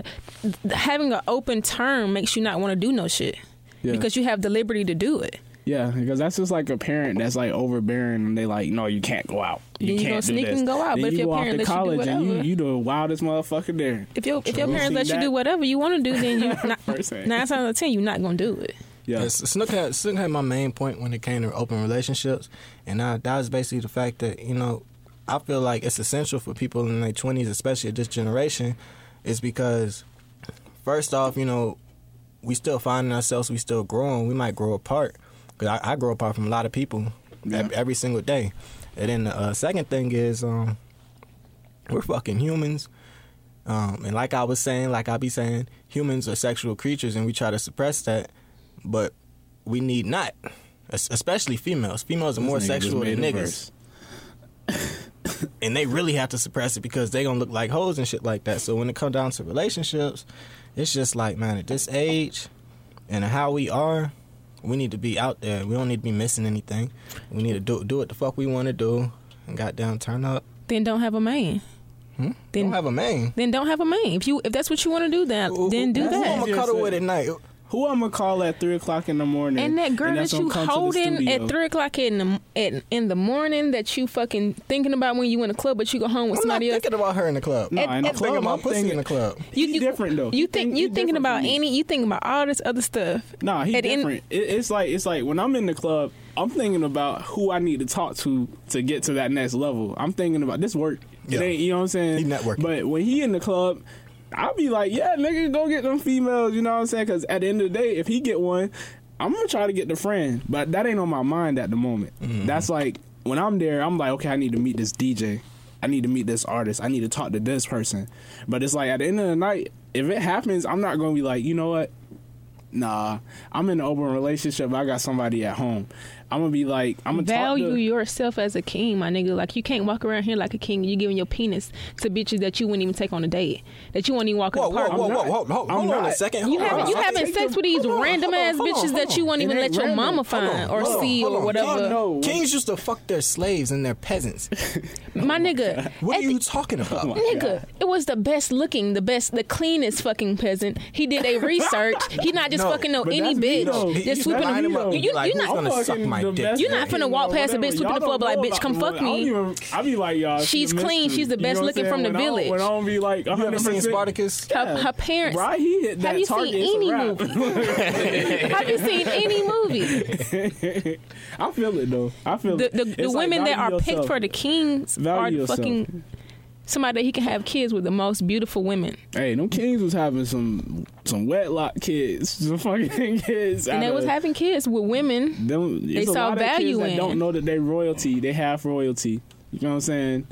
Speaker 3: to. Having an open term makes you not want to do no shit
Speaker 2: Yeah.
Speaker 3: because you have the liberty to do it.
Speaker 2: Yeah, because that's just like a parent that's like overbearing, and they like, no, you can't go out. You
Speaker 3: Then you
Speaker 2: can't
Speaker 3: gonna
Speaker 2: do
Speaker 3: sneak
Speaker 2: this.
Speaker 3: and go out,
Speaker 2: Then
Speaker 3: but if
Speaker 2: you
Speaker 3: your
Speaker 2: go off
Speaker 3: parent
Speaker 2: to
Speaker 3: lets you do
Speaker 2: college and you
Speaker 3: whatever.
Speaker 2: you the wildest motherfucker there.
Speaker 3: If your if your
Speaker 2: True.
Speaker 3: parents let
Speaker 2: See
Speaker 3: you
Speaker 2: that?
Speaker 3: do whatever you want to do, then you not,
Speaker 2: Person.
Speaker 3: nine times out of ten you're not gonna do it.
Speaker 2: Yeah,
Speaker 1: Yeah, Snook had Snook had my main point when it came to open relationships, and I, that was basically the fact that you know I feel like it's essential for people in their twenties, especially this generation, is because first off, you know, we still finding ourselves, we still growing, we might grow apart. Cause I, I grow apart from a lot of people
Speaker 2: Yeah.
Speaker 1: ev- every single day, and then the uh, second thing is um, we're fucking humans. Um, and like I was saying, like I be saying, humans are sexual creatures, and we try to suppress that, but we need not, Es- especially females. Females are more
Speaker 2: This nigga just
Speaker 1: sexual
Speaker 2: made
Speaker 1: than
Speaker 2: a
Speaker 1: niggas,
Speaker 2: verse.
Speaker 1: and they really have to suppress it because they gonna look like hoes and shit like that. So when it comes down to relationships, it's just like man, at this age, and how we are, we need to be out there. We don't need to be missing anything. We need to do do what the fuck we want to do, and goddamn turn up.
Speaker 3: Then don't have a man. Then
Speaker 1: Don't have a man.
Speaker 3: then don't have a man. If you if that's what you want to do, then then do
Speaker 1: Who
Speaker 3: that.
Speaker 1: I'ma cuddle with at night?
Speaker 2: Who I'm gonna call at three o'clock in the morning?
Speaker 3: And that girl
Speaker 2: that's
Speaker 3: that
Speaker 2: gonna
Speaker 3: you
Speaker 2: come to the
Speaker 3: holding
Speaker 2: studio?
Speaker 3: at three o'clock in the at, in the morning that you fucking thinking about when you in the club, but you go home with
Speaker 1: I'm not
Speaker 3: somebody else.
Speaker 1: thinking about her in the club.
Speaker 2: No,
Speaker 3: at-
Speaker 2: in the
Speaker 3: at-
Speaker 1: I'm thinking
Speaker 2: club,
Speaker 1: about
Speaker 2: I'm
Speaker 1: pussy in
Speaker 2: thinking-
Speaker 1: the club.
Speaker 3: You-
Speaker 2: He
Speaker 3: you-
Speaker 2: different though.
Speaker 3: You
Speaker 2: He
Speaker 3: think
Speaker 2: he
Speaker 3: you thinking
Speaker 2: different
Speaker 3: about
Speaker 2: from me.
Speaker 3: any? You thinking about all this other stuff?
Speaker 2: Nah, he
Speaker 3: At the end-
Speaker 2: different. it, it's like it's like when I'm in the club, I'm thinking about who I need to talk to to get to that next level. I'm thinking about this work. It
Speaker 1: Yeah.
Speaker 2: ain't you know what I'm saying.
Speaker 1: He networking.
Speaker 2: But when he in the club, I'll be like, yeah, nigga, go get them females. You know what I'm saying? Because at the end of the day, if
Speaker 1: Mm-hmm.
Speaker 2: he get one, I'm gonna try to get the friend. But that ain't on my mind at the moment. That's like when I'm there, I'm like, okay, I need to meet this DJ. I need to meet this artist. I need to talk to this person. But it's like at the end of the night, if it happens, I'm not gonna be like, you know what? Nah, I'm in an open relationship. I got somebody at home. I'm gonna be like, I'm gonna
Speaker 3: Value
Speaker 2: talk to,
Speaker 3: yourself as a king, my nigga. Like you can't walk around here like a king. You giving your penis to bitches that you wouldn't even take on a date. That you wouldn't even walk
Speaker 1: Whoa,
Speaker 3: in
Speaker 1: whoa,
Speaker 3: the park.
Speaker 1: whoa,
Speaker 2: not.
Speaker 1: whoa, whoa, hold
Speaker 2: I'm
Speaker 1: hold on a
Speaker 2: not.
Speaker 1: second.
Speaker 3: You
Speaker 1: hold
Speaker 3: having
Speaker 1: on.
Speaker 3: you
Speaker 1: I
Speaker 3: having
Speaker 1: think
Speaker 3: sex
Speaker 1: the-
Speaker 3: with these
Speaker 1: hold on,
Speaker 3: random
Speaker 1: hold on,
Speaker 3: ass
Speaker 1: hold on,
Speaker 3: bitches that
Speaker 1: hold
Speaker 3: you
Speaker 1: on.
Speaker 3: won't even
Speaker 2: It
Speaker 3: let
Speaker 2: ain't
Speaker 3: your
Speaker 2: random.
Speaker 3: mama find
Speaker 1: Hold on,
Speaker 3: or
Speaker 1: hold on,
Speaker 3: see
Speaker 1: hold
Speaker 3: or
Speaker 1: on.
Speaker 3: whatever.
Speaker 2: Y'all know-
Speaker 1: Kings used to fuck their slaves and their peasants.
Speaker 3: My nigga,
Speaker 1: What
Speaker 3: at
Speaker 1: are you
Speaker 3: the- (laughs)
Speaker 1: talking about?
Speaker 3: Nigga, it was the best looking, the best, the cleanest fucking peasant. He did a
Speaker 1: (laughs)
Speaker 3: research. he not just
Speaker 1: No,
Speaker 3: fucking no
Speaker 2: but
Speaker 3: any
Speaker 2: that's me, though.
Speaker 3: bitch.
Speaker 2: That's
Speaker 3: Just swooping
Speaker 2: me,
Speaker 3: him.
Speaker 2: though.
Speaker 3: You, you,
Speaker 1: Like,
Speaker 3: you
Speaker 1: who's
Speaker 3: not.
Speaker 1: gonna
Speaker 2: I'm
Speaker 1: suck
Speaker 2: fucking
Speaker 1: my
Speaker 2: the
Speaker 1: dick.
Speaker 2: best
Speaker 3: You're not
Speaker 2: looking
Speaker 3: finna walk
Speaker 2: or
Speaker 3: past a
Speaker 2: whatever.
Speaker 3: bitch sweeping
Speaker 2: Y'all
Speaker 3: the floor,
Speaker 2: don't
Speaker 3: be like,
Speaker 2: know
Speaker 3: "Bitch, come
Speaker 2: about
Speaker 3: fuck
Speaker 2: the woman."
Speaker 3: me."
Speaker 2: I don't even- I be like, y'all. she
Speaker 3: She's
Speaker 2: a
Speaker 3: clean.
Speaker 2: mystery.
Speaker 3: She's the
Speaker 2: You
Speaker 3: best
Speaker 2: know what
Speaker 3: looking
Speaker 2: I'm
Speaker 3: from the
Speaker 2: saying? When I don't- When I don't be like, 100%.
Speaker 1: You ever seen Spartacus?
Speaker 3: Her, her parents.
Speaker 2: Right, he hit that
Speaker 3: Have you
Speaker 2: target.
Speaker 3: seen
Speaker 2: It's a
Speaker 3: any
Speaker 2: wrap.
Speaker 3: movie? Have you seen
Speaker 1: (laughs)
Speaker 3: any movie?
Speaker 2: (laughs) I feel it though. I feel
Speaker 3: The
Speaker 2: it.
Speaker 3: the, the
Speaker 2: It's like,
Speaker 3: women that are
Speaker 2: value
Speaker 3: picked
Speaker 2: yourself.
Speaker 3: for the kings are
Speaker 2: Value
Speaker 3: the
Speaker 2: yourself.
Speaker 3: fucking somebody that he can have kids with the most beautiful women,
Speaker 2: Hey, them kings was having some some wetlock kids, (laughs) some fucking kids,
Speaker 3: and
Speaker 2: out
Speaker 3: they was
Speaker 2: of-
Speaker 3: having kids with women
Speaker 2: Them, it's a
Speaker 3: saw
Speaker 2: lot
Speaker 3: value
Speaker 2: of kids
Speaker 3: in.
Speaker 2: That don't know that they royalty. They have royalty. You know what I'm saying?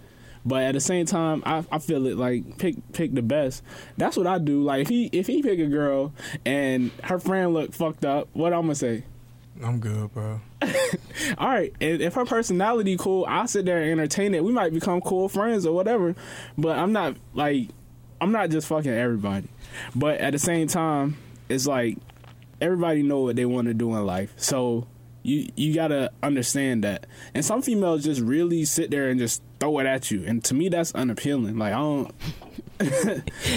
Speaker 2: But at the same time, I, I feel it like pick pick the best. That's what I do. Like if he if he pick a girl and her friend look fucked up, what I'm gonna say?
Speaker 1: I'm good, bro.
Speaker 2: All right, if, if her personality cool, I'll sit there and entertain it. We might become cool friends or whatever. But I'm not like I'm not just fucking everybody. But at the same time, it's like everybody know what they want to do in life. So you you gotta understand that. And some females just really sit there and just throw it at you. And to me, that's unappealing. Like I don't.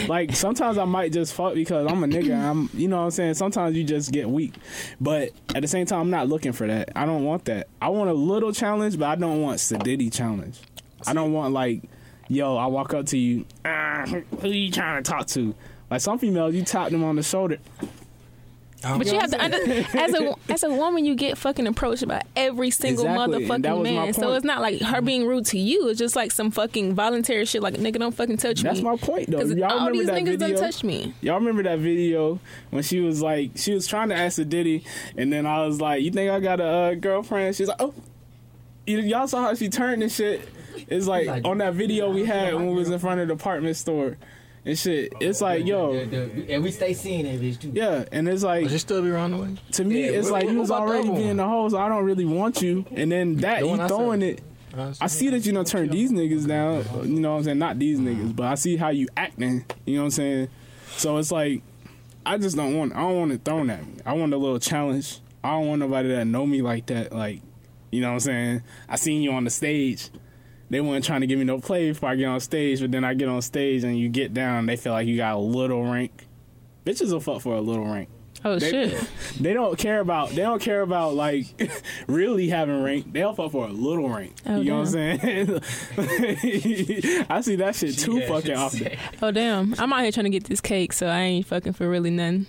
Speaker 2: like sometimes I might just fuck because I'm a nigga. and I'm you know what I'm saying. Sometimes you just get weak, but at the same time I'm not looking for that. I don't want that. I want a little challenge, but I don't want sedity challenge. I don't want like, yo, I walk up to you, ah, who you trying to talk to? Like some females, you tap them on the shoulder.
Speaker 3: But you have
Speaker 2: (laughs)
Speaker 3: to under, as a as a woman, you get fucking approached by every single
Speaker 2: Exactly, and that
Speaker 3: motherfucking
Speaker 2: was my
Speaker 3: man. So
Speaker 2: point.
Speaker 3: it's not like her being rude to you. It's just like some fucking voluntary shit. Like nigga, don't fucking touch
Speaker 2: That's
Speaker 3: me.
Speaker 2: my point though.
Speaker 3: 'Cause
Speaker 2: Y'all
Speaker 3: all
Speaker 2: remember
Speaker 3: these
Speaker 2: that
Speaker 3: niggas
Speaker 2: video?
Speaker 3: done touched me.
Speaker 2: Y'all remember that video when she was like, she was trying to ask a Diddy, and then I was like, "You think I got a uh, girlfriend?" She's like, "Oh." You, y'all saw how she turned and shit. It's like, on that video we had when we was in front of the department store and shit. It's like, yo,
Speaker 5: and we stay seeing that bitch too.
Speaker 2: yeah, and it's like
Speaker 1: Would you still be around the way?
Speaker 2: to me,
Speaker 1: Yeah,
Speaker 2: it's
Speaker 1: what-
Speaker 2: like you
Speaker 1: what
Speaker 2: was
Speaker 1: about the
Speaker 2: already
Speaker 1: other one?
Speaker 2: being a hoe, so I don't really want you. And then that
Speaker 1: The
Speaker 2: you
Speaker 1: one I
Speaker 2: throwing
Speaker 1: said.
Speaker 2: it.
Speaker 1: Uh,
Speaker 2: I see that you don't turn these niggas down. You know what I'm saying? Not these niggas, but I see how you acting. You know what I'm saying? So it's like I just don't want. I don't want it thrown at me. I want a little challenge. I don't want nobody that know me like that. Like, you know what I'm saying? I seen you on the stage. They weren't trying to give me no play before I get on stage, but then I get on stage and you get down. They feel like you got a little rank. Bitches will fuck for a little rank
Speaker 3: Oh
Speaker 2: They-
Speaker 3: shit.
Speaker 2: they don't care about they don't care about like (laughs) really having rank. They'll fuck for a little rank.
Speaker 3: Oh,
Speaker 2: you know what I'm saying? (laughs) I see that shit too fucking often.
Speaker 3: Oh damn. I'm out here trying to get this cake, so I ain't fucking for really nothing.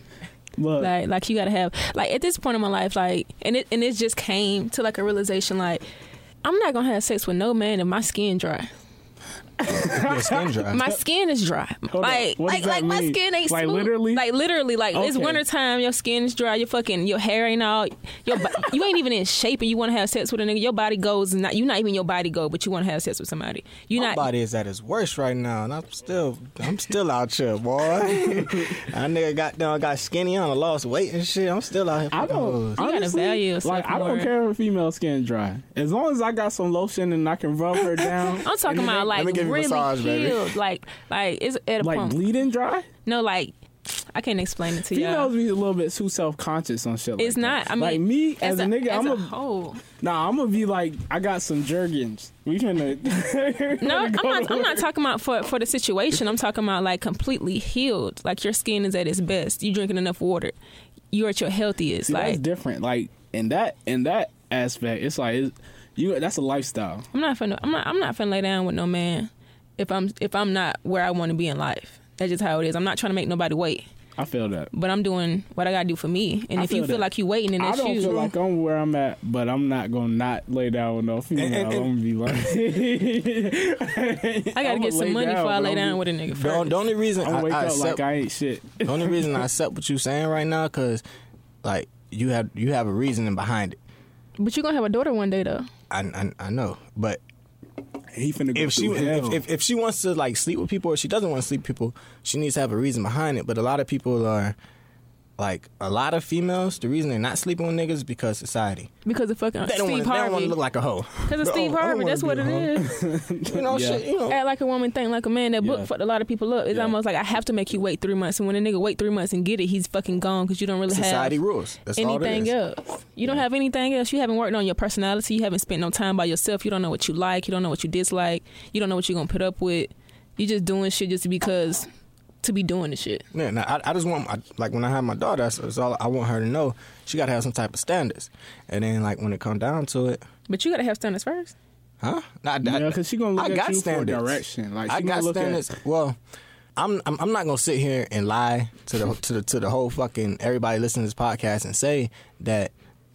Speaker 2: Look,
Speaker 3: Like like you gotta have like at this point in my life, like and it and it just came to like a realization like I'm not gonna have sex with no man if my skin dry.
Speaker 1: Your
Speaker 3: (laughs)
Speaker 1: skin dry.
Speaker 3: my skin is dry.
Speaker 2: Hold up.
Speaker 3: like,
Speaker 2: What
Speaker 3: like,
Speaker 2: does
Speaker 3: like
Speaker 2: that
Speaker 3: my
Speaker 2: mean?
Speaker 3: skin ain't
Speaker 2: Like,
Speaker 3: smooth.
Speaker 2: literally?
Speaker 3: like literally, like it's
Speaker 2: Okay.
Speaker 3: wintertime. Your skin is dry. Your fucking your hair ain't all. Your bo- (laughs) you ain't even in shape, and you want to have sex with a nigga. Your body goes not. You not even your body go, but you want to have sex with somebody. You
Speaker 1: My
Speaker 3: not.
Speaker 1: body is at its worst right now, and I'm still, I'm still out here, boy. (laughs) I nigga got down, got skinny on, I lost weight and shit. I'm still out here.
Speaker 2: I don't.
Speaker 1: fucking hoes.
Speaker 3: oh. gotta
Speaker 2: honestly,
Speaker 3: value yourself
Speaker 2: Like I
Speaker 3: more.
Speaker 2: don't care if female skin dry. As long as I got some lotion and I can rub her down.
Speaker 3: (laughs) I'm talking about like
Speaker 1: me give you a
Speaker 3: really
Speaker 1: massage, baby.
Speaker 3: healed. Like like it's at a
Speaker 2: like
Speaker 3: point.
Speaker 2: bleeding dry.
Speaker 3: no, like I can't explain it to
Speaker 2: Females
Speaker 3: you.
Speaker 2: be a little bit too self conscious on shit. Like
Speaker 3: It's not.
Speaker 2: that.
Speaker 3: I mean,
Speaker 2: like me as, a, nigga,
Speaker 3: as
Speaker 2: I'm
Speaker 3: a
Speaker 2: a (laughs)
Speaker 3: whole.
Speaker 2: nah. I'm gonna be like, I got some Jergens. We finna. (laughs)
Speaker 3: No, I'm
Speaker 2: go
Speaker 3: not.
Speaker 2: to
Speaker 3: I'm
Speaker 2: work.
Speaker 3: not talking about for for the situation. I'm talking about like completely healed. Like your skin is at its best. You drinking enough water. You're at your healthiest.
Speaker 2: See, that's
Speaker 3: like
Speaker 2: different. Like in that in that aspect, it's like it's, you. That's a lifestyle.
Speaker 3: I'm not finna. I'm not. I'm not finna lay down with no man. If I'm if I'm not where I want to be in life, that's just how it is. I'm not trying to make nobody wait,
Speaker 2: I feel that.
Speaker 3: but I'm doing what I gotta do for me. And
Speaker 2: I
Speaker 3: if you
Speaker 2: feel
Speaker 3: feel
Speaker 2: that.
Speaker 3: like you waiting, then
Speaker 2: I
Speaker 3: that's
Speaker 2: don't
Speaker 3: you.
Speaker 2: feel like I'm where I'm at, but I'm not gonna not lay down with no female.
Speaker 1: and-
Speaker 2: I'm gonna be like,
Speaker 3: I gotta
Speaker 2: I'ma
Speaker 3: get some
Speaker 2: lay
Speaker 3: money
Speaker 2: down,
Speaker 3: before I
Speaker 2: but
Speaker 3: lay
Speaker 2: I'm
Speaker 3: down
Speaker 2: be-
Speaker 3: with a nigga.
Speaker 1: The,
Speaker 3: First.
Speaker 1: the only reason
Speaker 2: (laughs) I'm
Speaker 1: I,
Speaker 2: gonna wake
Speaker 1: I
Speaker 2: up
Speaker 1: accept,
Speaker 2: like I ain't
Speaker 1: (laughs)
Speaker 2: shit.
Speaker 1: the only reason I accept what you saying right now, cause like you have, you have a reasoning behind it.
Speaker 3: But you're gonna have a daughter one day though.
Speaker 1: I, I, I know, but
Speaker 2: He finna go
Speaker 1: if she
Speaker 2: through
Speaker 1: if,
Speaker 2: hell.
Speaker 1: if, if she wants to like sleep with people or she doesn't want to sleep with people, she needs to have a reason behind it. But a lot of people are like a lot of females. The reason they're not sleeping with niggas is because society.
Speaker 3: because of fucking
Speaker 1: They don't
Speaker 3: Steve
Speaker 1: want they don't want
Speaker 3: Harvey.
Speaker 1: to look like a
Speaker 3: (laughs)
Speaker 1: hoe. (laughs)
Speaker 3: Because of
Speaker 1: Bro,
Speaker 3: Steve
Speaker 1: I don't
Speaker 3: Harvey,
Speaker 1: wanna
Speaker 3: that's
Speaker 1: be
Speaker 3: what
Speaker 1: a
Speaker 3: it
Speaker 1: hoe.
Speaker 3: is.
Speaker 1: You know,
Speaker 2: Yeah.
Speaker 1: shit. You know,
Speaker 3: Act like a woman, think like a man. That book
Speaker 2: Yeah.
Speaker 3: fucked a lot of people up. It's
Speaker 2: Yeah.
Speaker 3: almost like I have to make you wait three months, and when a nigga wait three months and get it, he's fucking gone because you don't really
Speaker 1: society
Speaker 3: have
Speaker 1: rules. That's all it
Speaker 3: anything
Speaker 1: is.
Speaker 3: else. You don't have anything else. You haven't worked on your personality. You haven't spent no time by yourself. You don't know what you like. You don't know what you dislike. You don't know what you're gonna put up with. You're just doing shit just because to be doing the shit.
Speaker 1: Yeah, now I, I just want my like when I have my daughter, that's, that's all I want her to know. She got to have some type of standards, and then like when it come down to it,
Speaker 3: But you gotta have standards first.
Speaker 1: huh? Nah, I-
Speaker 2: Yeah,
Speaker 1: I-
Speaker 2: 'cause she gonna look
Speaker 1: I
Speaker 2: at
Speaker 1: got
Speaker 2: you for
Speaker 1: standards.
Speaker 2: direction. Like,
Speaker 1: I
Speaker 2: she
Speaker 1: got
Speaker 2: gonna look at-
Speaker 1: standards. Well, I'm, I'm I'm not gonna sit here and lie to the to the to the whole fucking everybody listening to this podcast and say that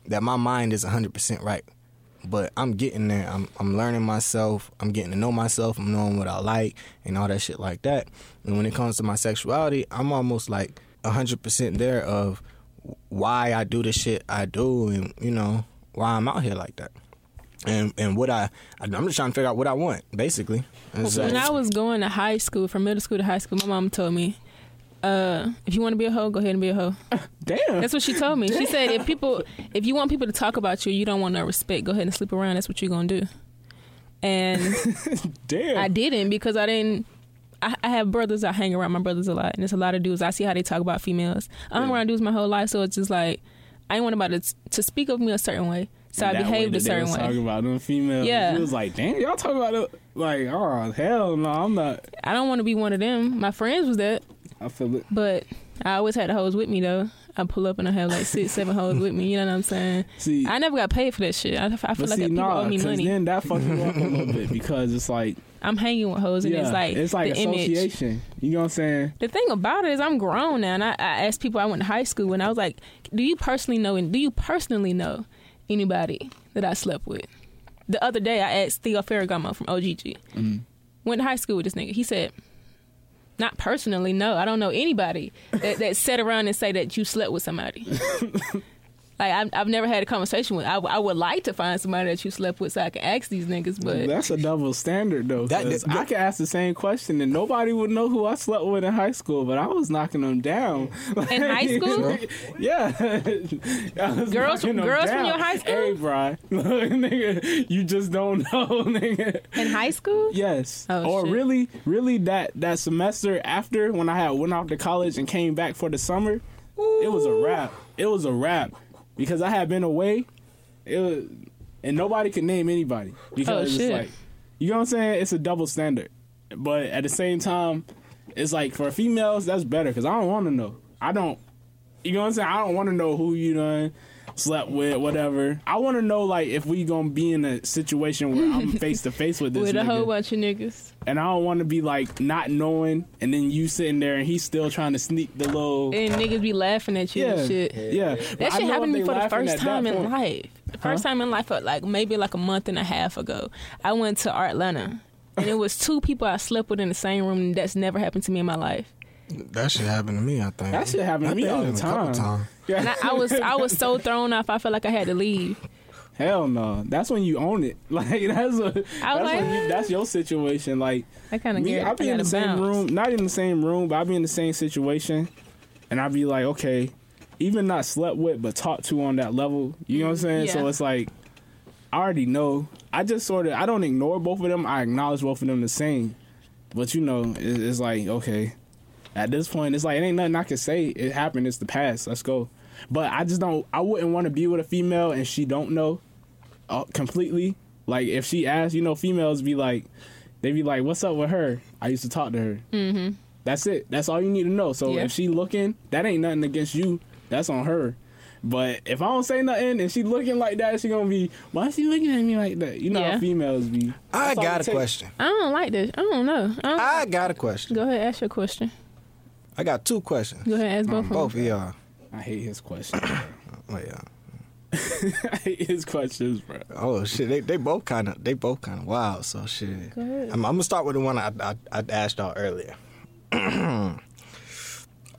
Speaker 1: that my mind is 100 percent right. But I'm getting there. I'm I'm learning myself. I'm getting to know myself. I'm knowing what I like and all that shit like that. And when it comes to my sexuality, I'm almost like 100 percent there of why I do the shit I do and you know why I'm out here like that. And and what I I'm just trying to figure out what I want basically. And so-
Speaker 3: When I was going to high school, from middle school to high school, my mom told me, uh, "If you want to be a hoe, go ahead and be a hoe."
Speaker 2: Damn.
Speaker 3: That's what she told me. She said if people if you want people to talk about you, you don't want no respect, go ahead and sleep around. That's what you're gonna do.
Speaker 2: (laughs)
Speaker 3: And
Speaker 2: Damn.
Speaker 3: I didn't because I didn't I, I have brothers, I hang around my brothers a lot and it's a lot of dudes. I see how they talk about females. I hung around dudes my whole life, so it's just like I ain't want nobody to, to speak of me a certain way. So I
Speaker 2: That
Speaker 3: behaved
Speaker 2: way
Speaker 3: a
Speaker 2: that they
Speaker 3: certain
Speaker 2: was
Speaker 3: way.
Speaker 2: Talking about them females,
Speaker 3: Yeah.
Speaker 2: yeah. It was like, damn, y'all talking about it. Like, oh hell no, I'm not.
Speaker 3: I don't want to be one of them. My friends was that,
Speaker 2: I feel it.
Speaker 3: but I always had the hoes with me though. I pull up and I have like six, seven hoes with me. You know what
Speaker 2: (laughs)
Speaker 3: I'm saying?
Speaker 2: See,
Speaker 3: I never got paid for that shit. I, I feel
Speaker 2: but
Speaker 3: like
Speaker 2: see,
Speaker 3: that people
Speaker 2: nah,
Speaker 3: owe me
Speaker 2: 'cause
Speaker 3: money.
Speaker 2: then that fucks you up a little bit because it's like,
Speaker 3: I'm hanging with hoes, and
Speaker 2: yeah,
Speaker 3: it's like the image.
Speaker 2: association. You know what I'm saying?
Speaker 3: The thing about it is, I'm grown now, and I, I asked people I went to high school, and I was like, "Do you personally know? And do you personally know anybody that I slept with?" The other day, I asked Theo Ferragamo from OGG. Went to high school with this nigga. He said, "Not personally, no. I don't know anybody that, that sat around and say that you slept with somebody." Like I've, I've never had a conversation with. I, w- I would like to find somebody that you slept with so I can ask these niggas, but
Speaker 2: That's a double standard though.
Speaker 1: That-
Speaker 2: 'cause
Speaker 1: that-
Speaker 2: I could ask the same question and nobody would know who I slept with in high school, but I was knocking them down. (laughs)
Speaker 3: in high school,
Speaker 2: yeah, (laughs) I was
Speaker 3: Girls-
Speaker 2: knocking 'em
Speaker 3: girls from
Speaker 2: down.
Speaker 3: your high school?
Speaker 2: Hey, Brian, (laughs) look, nigga, you just don't know, (laughs) nigga.
Speaker 3: in high school,
Speaker 2: Yes.
Speaker 3: Oh,
Speaker 2: or
Speaker 3: shit.
Speaker 2: really, really that that semester after when I had went off to college and came back for the summer, it was a wrap. It was a wrap because I had been away, it was, and nobody could name anybody because it's
Speaker 3: Oh, shit.
Speaker 2: like you know what I'm saying. It's a double standard, but at the same time, it's like for females that's better because I don't want to know. I don't. You know what I'm saying? I don't want to know who you done slept with, whatever. I want to know like if we gonna be in a situation where
Speaker 3: (laughs)
Speaker 2: I'm face to face with this
Speaker 3: with a
Speaker 2: nigga
Speaker 3: whole bunch of niggas.
Speaker 2: and I don't want to be like not knowing, and then you sitting there and he's still trying to sneak the little
Speaker 3: and niggas be laughing at you
Speaker 2: yeah,
Speaker 3: and shit.
Speaker 2: yeah.
Speaker 3: That shit happened to me for the first time in life. The first
Speaker 2: Huh?
Speaker 3: time in life, uh, like maybe like a month and a half ago, I went to Atlanta, and it was two people I slept with in the same room. And that's never happened to me in my life.
Speaker 1: That shit happened to me. I think
Speaker 2: That shit happened to
Speaker 1: I
Speaker 2: me
Speaker 1: think
Speaker 2: all the
Speaker 1: a couple
Speaker 2: time.
Speaker 1: times.
Speaker 3: And I, I was I was so thrown off. I felt like I had to leave.
Speaker 2: Hell no, that's when you own it. (laughs) Like that's a, that's,
Speaker 3: like,
Speaker 2: when you, that's your situation. Like
Speaker 3: I kind of
Speaker 2: me,
Speaker 3: get.
Speaker 2: I'll be in the same room, not in the same room, but I'll be in the same situation, and I'll be like, okay, even not slept with, but talked to on that level. You know what I'm saying?
Speaker 3: Mm-hmm. yeah.
Speaker 2: So it's like, I already know. I just sort of, I don't ignore both of them. I acknowledge both of them the same. But you know, it, it's like, okay, at this point, it's like, it ain't nothing I can say. It happened. It's the past. Let's go. But I just don't, I wouldn't want to be with a female and she don't know uh, completely. Like if she asks, you know, females be like, they be like, "What's up with her?" I used to talk to her. Mm-hmm. That's it. That's all you need to know. So
Speaker 3: Yeah.
Speaker 2: if she looking, that ain't nothing against you. That's on her. But if I don't say nothing and she looking like that, she gonna be, "Why she looking at me like that?" You know
Speaker 3: Yeah.
Speaker 2: how females be.
Speaker 1: I
Speaker 2: That's all it
Speaker 1: got a
Speaker 2: takes.
Speaker 1: question.
Speaker 3: I don't like this. I don't know. I don't,
Speaker 1: I got a question.
Speaker 3: go ahead, ask your question.
Speaker 1: I got two questions.
Speaker 3: Go ahead, ask both
Speaker 1: Um,
Speaker 3: of them.
Speaker 1: both of y'all.
Speaker 2: I hate his questions.
Speaker 1: Oh yeah.
Speaker 2: (laughs) I hate his questions, bro.
Speaker 1: Oh shit. They they both kind of they both kind of wild. So shit.
Speaker 3: Go ahead.
Speaker 1: I'm, I'm gonna start with the one I I, I asked y'all earlier. (clears throat) oh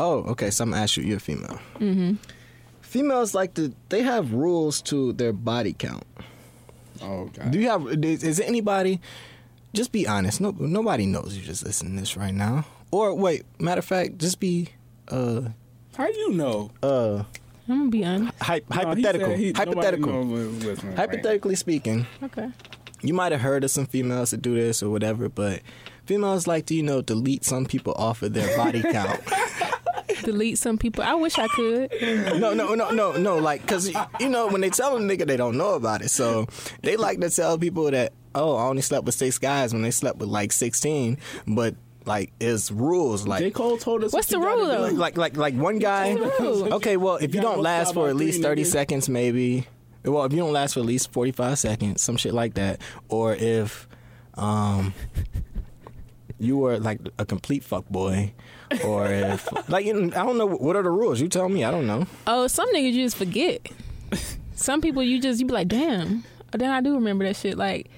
Speaker 1: okay. So I'm gonna ask you. You're a female. Mm-hmm. Females like to they have rules to their body count.
Speaker 2: Oh god.
Speaker 1: Do you have? Is, is anybody? Just be honest. No, nobody knows you just listening to this right now. Or wait, matter of fact, just be uh
Speaker 2: How you know?
Speaker 1: uh
Speaker 3: I'm gonna be honest.
Speaker 1: hy-
Speaker 2: No, he
Speaker 1: hypothetical.
Speaker 2: said he-
Speaker 1: hypothetical.
Speaker 2: nobody know who's listening right now.
Speaker 1: Hypothetically speaking,
Speaker 3: Okay.
Speaker 1: you might have heard of some females that do this or whatever, but females like to you know delete some people off of their body count.
Speaker 2: (laughs)
Speaker 3: Delete some people. I wish I could.
Speaker 1: no, no, no, no, no. Like, cause y- you know when they tell them nigga, they don't know about it. So they like to tell people that oh, I only slept with six guys when they slept with like sixteen. But like, it's rules. Like,
Speaker 2: J. Cole told us
Speaker 3: What's
Speaker 2: what
Speaker 3: the
Speaker 2: you
Speaker 3: rule
Speaker 2: gotta
Speaker 3: though?
Speaker 1: like, like, like, like one guy.
Speaker 3: What's the rule?
Speaker 1: Okay, well, if you,
Speaker 2: gotta
Speaker 1: don't
Speaker 2: multiply
Speaker 1: last for
Speaker 2: by
Speaker 1: at
Speaker 2: three,
Speaker 1: least thirty
Speaker 2: nigga.
Speaker 1: seconds, maybe. Well, if you don't last for at least forty-five seconds, some shit like that, or if um, you were like a complete fuck boy, or if like you know, I don't know what are the rules. You tell me. I don't know.
Speaker 3: Oh, some niggas you just forget. Some people you just you be like, damn. Oh, Then I do remember that shit. Like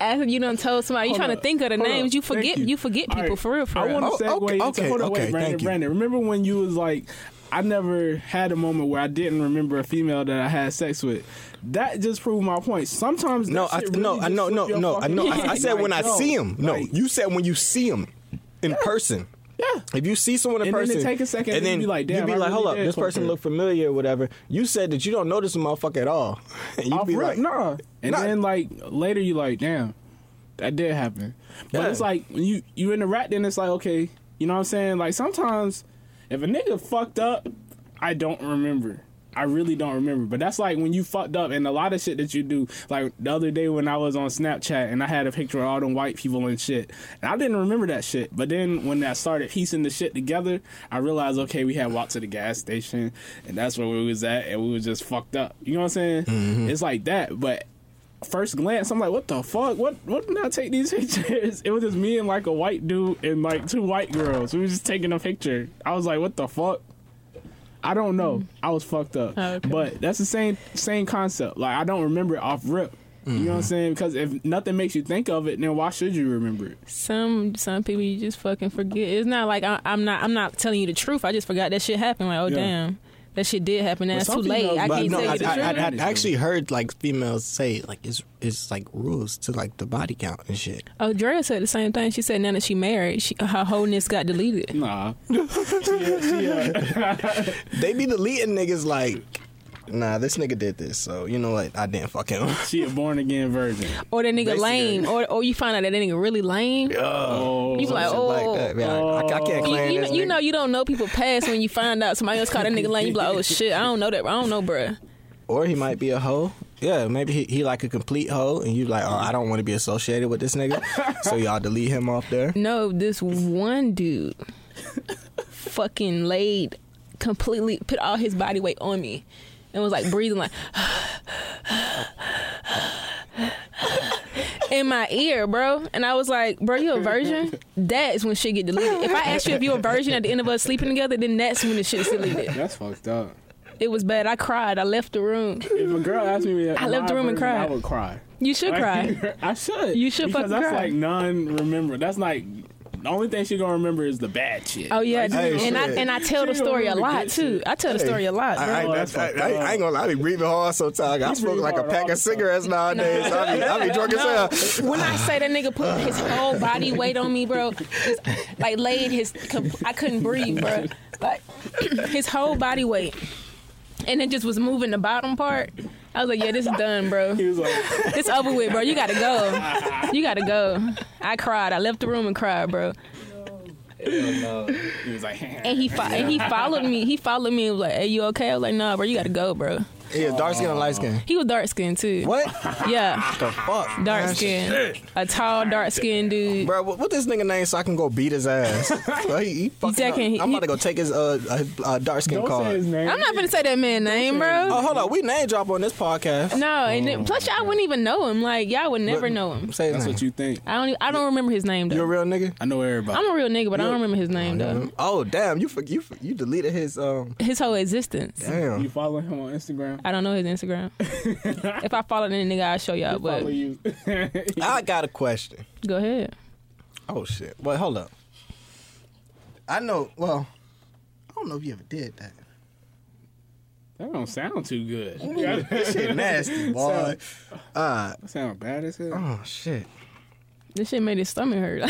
Speaker 3: after you done told somebody, you
Speaker 2: Hold
Speaker 3: trying to
Speaker 2: up.
Speaker 3: think of the
Speaker 2: Hold
Speaker 3: names.
Speaker 2: up.
Speaker 3: You forget.
Speaker 2: Thank
Speaker 3: You. forget
Speaker 2: All
Speaker 3: people
Speaker 2: right.
Speaker 3: for real. For
Speaker 2: I
Speaker 3: real.
Speaker 2: want to
Speaker 1: Oh,
Speaker 2: segue
Speaker 1: okay,
Speaker 2: into-
Speaker 1: okay,
Speaker 2: hold on, wait,
Speaker 1: okay,
Speaker 2: Brandon,
Speaker 1: thank you.
Speaker 2: Brandon, remember when you was like, I never had a moment where I didn't remember a female that I had sex with. That just proved my point. Sometimes that
Speaker 1: No, I,
Speaker 2: shit really
Speaker 1: no, I
Speaker 2: just
Speaker 1: no,
Speaker 2: slip
Speaker 1: no,
Speaker 2: your
Speaker 1: no, I
Speaker 2: fucking
Speaker 1: know. I, I
Speaker 2: mind.
Speaker 1: said
Speaker 2: Like,
Speaker 1: when I
Speaker 2: yo,
Speaker 1: see him. No,
Speaker 2: like,
Speaker 1: you said when you see him in person.
Speaker 2: Yeah.
Speaker 1: If you see someone in
Speaker 2: And then it
Speaker 1: person,
Speaker 2: take a second,
Speaker 1: and
Speaker 2: and
Speaker 1: then
Speaker 2: you be like,
Speaker 1: you
Speaker 2: "Damn,
Speaker 1: be
Speaker 2: I
Speaker 1: like,
Speaker 2: really
Speaker 1: hold up,
Speaker 2: did
Speaker 1: this
Speaker 2: fuck
Speaker 1: person
Speaker 2: her."
Speaker 1: look familiar or whatever. You said that you don't know this motherfucker at all. And you
Speaker 2: off
Speaker 1: be
Speaker 2: rip,
Speaker 1: like,
Speaker 2: nah. And
Speaker 1: nah.
Speaker 2: then like later, you like, damn, that did happen. But
Speaker 1: Yeah.
Speaker 2: it's like when you you interact, then it's like, okay, you know what I'm saying? Like sometimes if a nigga fucked up, I don't remember. I really don't remember, but that's like when you fucked up and a lot of shit that you do. Like the other day when I was on Snapchat and I had a picture of all them white people and shit, and I didn't remember that shit. But then when I started piecing the shit together, I realized okay, we had walked to the gas station and that's where we was at, and we was just fucked up. You know what I'm saying? It's like that, but first glance, I'm like, what the fuck? What what did I take these (laughs) pictures? It was just me and like a white dude and like two white girls. We were just taking a picture. I was like, what the fuck? I don't know. I was fucked up.
Speaker 3: Oh, okay.
Speaker 2: But that's the same same concept. Like I don't remember it off rip. You know what I'm saying? Because if nothing makes you think of it, then why should you remember it?
Speaker 3: Some some people you just fucking forget. It's not like I, I'm not I'm not telling you the truth. I just forgot that shit happened. Like oh
Speaker 2: Yeah.
Speaker 3: damn, that shit did happen. That's too
Speaker 2: some
Speaker 3: late.
Speaker 2: females-
Speaker 3: I
Speaker 2: but
Speaker 3: can't
Speaker 1: no,
Speaker 3: tell
Speaker 1: I,
Speaker 3: you the
Speaker 1: I, I,
Speaker 3: truth.
Speaker 1: I actually heard like females say like it's it's like rules to like the body count and shit.
Speaker 3: oh, Drea said the same thing. She said now that she married, she, her wholeness got deleted.
Speaker 2: Nah. yeah, yeah.
Speaker 1: They be deleting niggas like, nah, this nigga did this, so you know what? I didn't fuck him. (laughs)
Speaker 2: she a born again virgin.
Speaker 3: Or that nigga
Speaker 1: Basically.
Speaker 3: lame. Or or you find out that that nigga really lame.
Speaker 2: Oh,
Speaker 3: You like
Speaker 1: Shit
Speaker 3: oh.
Speaker 1: like that. Yeah, I, I can't
Speaker 3: You,
Speaker 1: claim
Speaker 3: you,
Speaker 1: this
Speaker 3: know, you
Speaker 1: nigga.
Speaker 3: know you don't know people past when you find out somebody else called that nigga lame. You be like, oh shit, I don't know that. I don't know, bruh.
Speaker 1: Or he might be a hoe. Yeah, maybe he, he like a complete hoe, and you like, oh, I don't want to be associated with this nigga, so y'all delete him off there.
Speaker 3: No, this one dude fucking laid completely put all his body weight on me and was like breathing like in my ear, bro. And I was like, bro, you a virgin? That is when shit get deleted. If I ask you if you're a virgin at the end of us sleeping together, then that's when the shit's deleted.
Speaker 2: That's fucked up.
Speaker 3: It was bad. I cried. I left the room.
Speaker 2: If a girl asked me,
Speaker 3: I left the room and
Speaker 2: I
Speaker 3: cried.
Speaker 2: would cry.
Speaker 3: You should cry.
Speaker 2: (laughs) I should.
Speaker 3: You should
Speaker 2: because
Speaker 3: fucking
Speaker 2: that's
Speaker 3: cry.
Speaker 2: like non-remember. That's like the only thing she gonna remember is the bad shit.
Speaker 3: Oh yeah,
Speaker 1: Hey,
Speaker 3: and I
Speaker 1: shit.
Speaker 3: and I tell the
Speaker 2: She don't
Speaker 3: story a
Speaker 2: remember
Speaker 3: lot
Speaker 2: good
Speaker 3: too.
Speaker 2: shit.
Speaker 3: I tell the
Speaker 1: Hey,
Speaker 3: story a lot.
Speaker 1: I,
Speaker 3: bro.
Speaker 1: I,
Speaker 2: Oh, that's
Speaker 1: I-
Speaker 2: fucked
Speaker 1: I- I ain't gonna lie, I be breathing hard sometimes. I
Speaker 2: You
Speaker 1: smoke
Speaker 2: breathe
Speaker 1: like a
Speaker 2: hard all
Speaker 1: pack
Speaker 2: the
Speaker 1: of cigarettes nowadays.
Speaker 2: (laughs)
Speaker 1: I be, I be drunk as
Speaker 3: No,
Speaker 1: hell.
Speaker 3: when I say that nigga put his whole body weight on me, bro, his- like laid his, com- I couldn't breathe, bro, like his whole body weight, and it just was moving the bottom part. I was like, yeah, this is done, bro.
Speaker 2: He was like,
Speaker 3: It's over with, bro. You gotta go. You gotta go. I cried. I left the room and cried, bro.
Speaker 2: he was like, (laughs)
Speaker 3: And he fo- and he followed me. He followed me and was like, "Hey, you okay?" I was like, "Nah, bro. You gotta go, bro."
Speaker 1: Yeah, dark skin and light skin.
Speaker 3: He was dark skinned too.
Speaker 2: (laughs)
Speaker 1: What
Speaker 3: Yeah,
Speaker 1: the fuck?
Speaker 3: dark
Speaker 1: man?
Speaker 3: skin. A tall, dark skinned dude.
Speaker 1: Bro, what, what this nigga name so I can go beat his
Speaker 2: (laughs)
Speaker 1: ass? Bro, he, he fucking
Speaker 3: Exactly,
Speaker 1: up.
Speaker 3: he-
Speaker 1: I'm about to go take his uh, uh, his, uh dark skin
Speaker 2: don't say
Speaker 1: card.
Speaker 2: his name.
Speaker 3: I'm not gonna say that man name, bro.
Speaker 1: Oh, hold on, we name drop on this podcast.
Speaker 3: No, and then, plus y'all wouldn't even know him. Like y'all would never
Speaker 1: But-
Speaker 3: know him.
Speaker 1: Say his
Speaker 2: That's
Speaker 1: name.
Speaker 2: what you think.
Speaker 3: I don't. e- I don't remember his name though.
Speaker 1: You a real nigga?
Speaker 2: I know everybody.
Speaker 3: I'm a real nigga, but I don't remember his name
Speaker 2: Uh-huh.
Speaker 3: though.
Speaker 1: Oh damn, you for, you for, you deleted his um.
Speaker 3: His whole existence.
Speaker 1: Damn.
Speaker 2: you follow him on Instagram?
Speaker 3: I don't know his
Speaker 1: (laughs)
Speaker 3: Instagram. if I follow any nigga, I'll show y'all. But
Speaker 2: follow (laughs) you.
Speaker 1: I got a question.
Speaker 3: go ahead.
Speaker 1: Oh shit. Wait, hold up. I know. Well, I don't know if you ever did that.
Speaker 2: That don't sound too good.
Speaker 1: This shit (laughs) nasty, boy. Uh,
Speaker 2: That sound bad as hell.
Speaker 1: oh shit.
Speaker 3: This shit made his stomach hurt.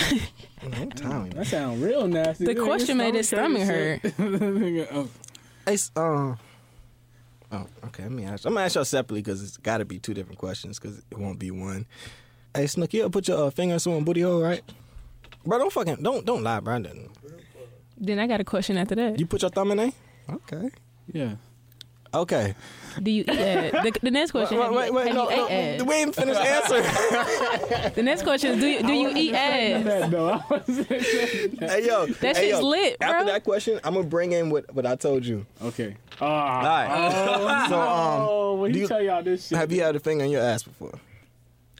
Speaker 3: (laughs)
Speaker 1: I'm telling you.
Speaker 2: That sound real nasty.
Speaker 3: The
Speaker 2: Nigga,
Speaker 3: question
Speaker 2: your
Speaker 3: made his stomach
Speaker 2: hurt. (laughs) Nigga, oh,
Speaker 1: It's um. Oh, okay. Let me ask. I'm gonna ask y'all separately because it's got to be two different questions because it won't be one. Hey, Snook, you ever put your uh, finger in someone's booty hole, right? Bro, don't fucking don't don't lie, bro. I didn't.
Speaker 3: then I got a question after that.
Speaker 1: You put your thumb in there? Okay.
Speaker 2: yeah.
Speaker 1: Okay.
Speaker 3: Do you eat ass? The, the next question.
Speaker 1: Wait, wait, wait.
Speaker 3: have
Speaker 1: No,
Speaker 3: you,
Speaker 1: no,
Speaker 3: ate
Speaker 1: we ain't finished answering.
Speaker 3: ass? The next question is, do you, do you eat ass?
Speaker 2: That though, I was (laughs)
Speaker 1: hey, yo.
Speaker 3: That
Speaker 1: hey,
Speaker 3: shit's
Speaker 1: yo.
Speaker 3: lit, bro.
Speaker 1: After that question, I'm gonna bring in what what I told you.
Speaker 2: okay.
Speaker 1: All
Speaker 2: Ah,
Speaker 1: right. so, um,
Speaker 2: oh, when
Speaker 1: do
Speaker 2: you
Speaker 1: you-
Speaker 2: tell y'all this shit,
Speaker 1: have you had a finger in your ass before?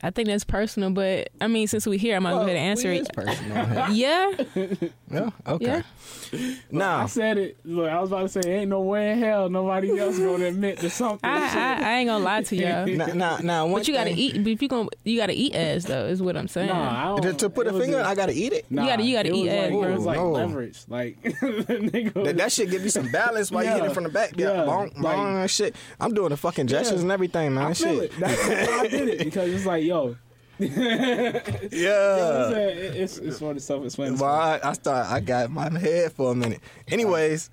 Speaker 3: I think that's personal, but I mean, since we're here, I might go ahead and answer
Speaker 1: we
Speaker 3: it.
Speaker 1: is
Speaker 3: (laughs)
Speaker 1: personal.
Speaker 3: Yeah,
Speaker 1: yeah. Okay.
Speaker 3: yeah.
Speaker 2: I
Speaker 1: Now,
Speaker 2: said it. Look, I was about to say, ain't no way in hell nobody else gonna admit to something.
Speaker 3: I, I, I ain't gonna lie to y'all.
Speaker 1: now, now, now. One
Speaker 3: But you gotta
Speaker 1: thing-
Speaker 3: eat. But if you gonna, you gotta eat ass though. Is what I'm saying.
Speaker 2: Nah, I
Speaker 1: To,
Speaker 2: don't,
Speaker 1: to put
Speaker 2: Oh, it
Speaker 1: a
Speaker 2: was
Speaker 1: finger, in,
Speaker 2: just-
Speaker 1: I gotta eat it.
Speaker 2: Nah,
Speaker 3: gotta- you gotta
Speaker 2: it was
Speaker 3: eat eh,
Speaker 2: Like,
Speaker 3: ass.
Speaker 2: It was like
Speaker 1: Ooh, no.
Speaker 2: leverage. Like (laughs) nigga,
Speaker 1: That, that shit give you some balance while you
Speaker 2: Yeah.
Speaker 1: hit it from the back. Yeah,
Speaker 2: Yeah.
Speaker 1: bonk, bonk,
Speaker 2: Like-
Speaker 1: and shit. I'm doing the fucking gestures
Speaker 2: Yeah.
Speaker 1: and everything, man.
Speaker 2: I feel
Speaker 1: shit.
Speaker 2: it. That's why I
Speaker 1: (laughs)
Speaker 2: did it because it's like, yo, you know what I'm
Speaker 1: Yeah.
Speaker 2: saying? It- it's it's sort of self-explanatory.
Speaker 1: Well, I, I start. I got my head for a minute. Anyways,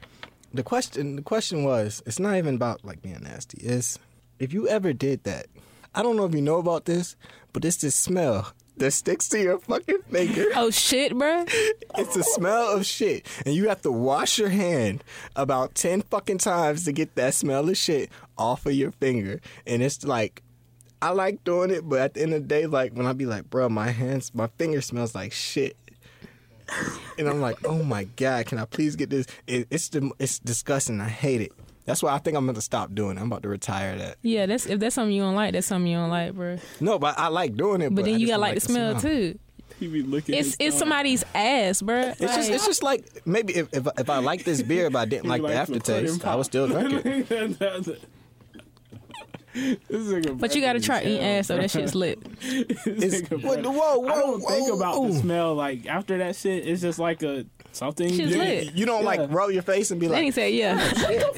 Speaker 1: the question the question was, it's not even about like being nasty. It's if you ever did that. I don't know if you know about this, but it's this smell that sticks to your fucking finger.
Speaker 3: Oh shit, bruh.
Speaker 1: It's the smell of shit, and you have to wash your hand about ten fucking times to get that smell of shit off of your finger. And it's like, I like doing it, but at the end of the day, like when I be like, bro, my hands, my finger smells like shit, and I'm like, oh my god, can I please get this? It, it's the, it's disgusting. I hate it. That's why I think I'm going to stop doing. it. I'm about to retire that.
Speaker 3: Yeah, that's if that's something you don't like, that's something you don't like, bruh.
Speaker 1: No, but I like doing it.
Speaker 3: But,
Speaker 1: But, I
Speaker 3: then you
Speaker 1: just don't
Speaker 3: gotta like the smell, too.
Speaker 2: He be looking.
Speaker 3: It's
Speaker 2: his
Speaker 3: it's
Speaker 2: thumb.
Speaker 3: somebody's ass, bruh.
Speaker 1: It's just, it's just like maybe if, if if I liked this beer, but I didn't like,
Speaker 2: He
Speaker 1: the
Speaker 2: likes to put
Speaker 1: aftertaste,
Speaker 2: in
Speaker 1: I would still drink
Speaker 2: (laughs)
Speaker 1: it.
Speaker 2: this nigga
Speaker 3: But you gotta
Speaker 2: breakfast
Speaker 3: try
Speaker 2: as
Speaker 3: eating
Speaker 2: hell.
Speaker 3: ass though. That shit's lit.
Speaker 2: This nigga
Speaker 1: what-
Speaker 2: breakfast.
Speaker 1: whoa, whoa,
Speaker 2: I don't think
Speaker 1: whoa,
Speaker 2: about
Speaker 1: ooh.
Speaker 2: the smell. Like after that shit, it's just like a something.
Speaker 3: Shit's
Speaker 2: you-
Speaker 3: lit.
Speaker 1: You don't
Speaker 2: Yeah.
Speaker 1: like rub your face and be
Speaker 3: Then he
Speaker 1: like,
Speaker 3: said, "Yeah,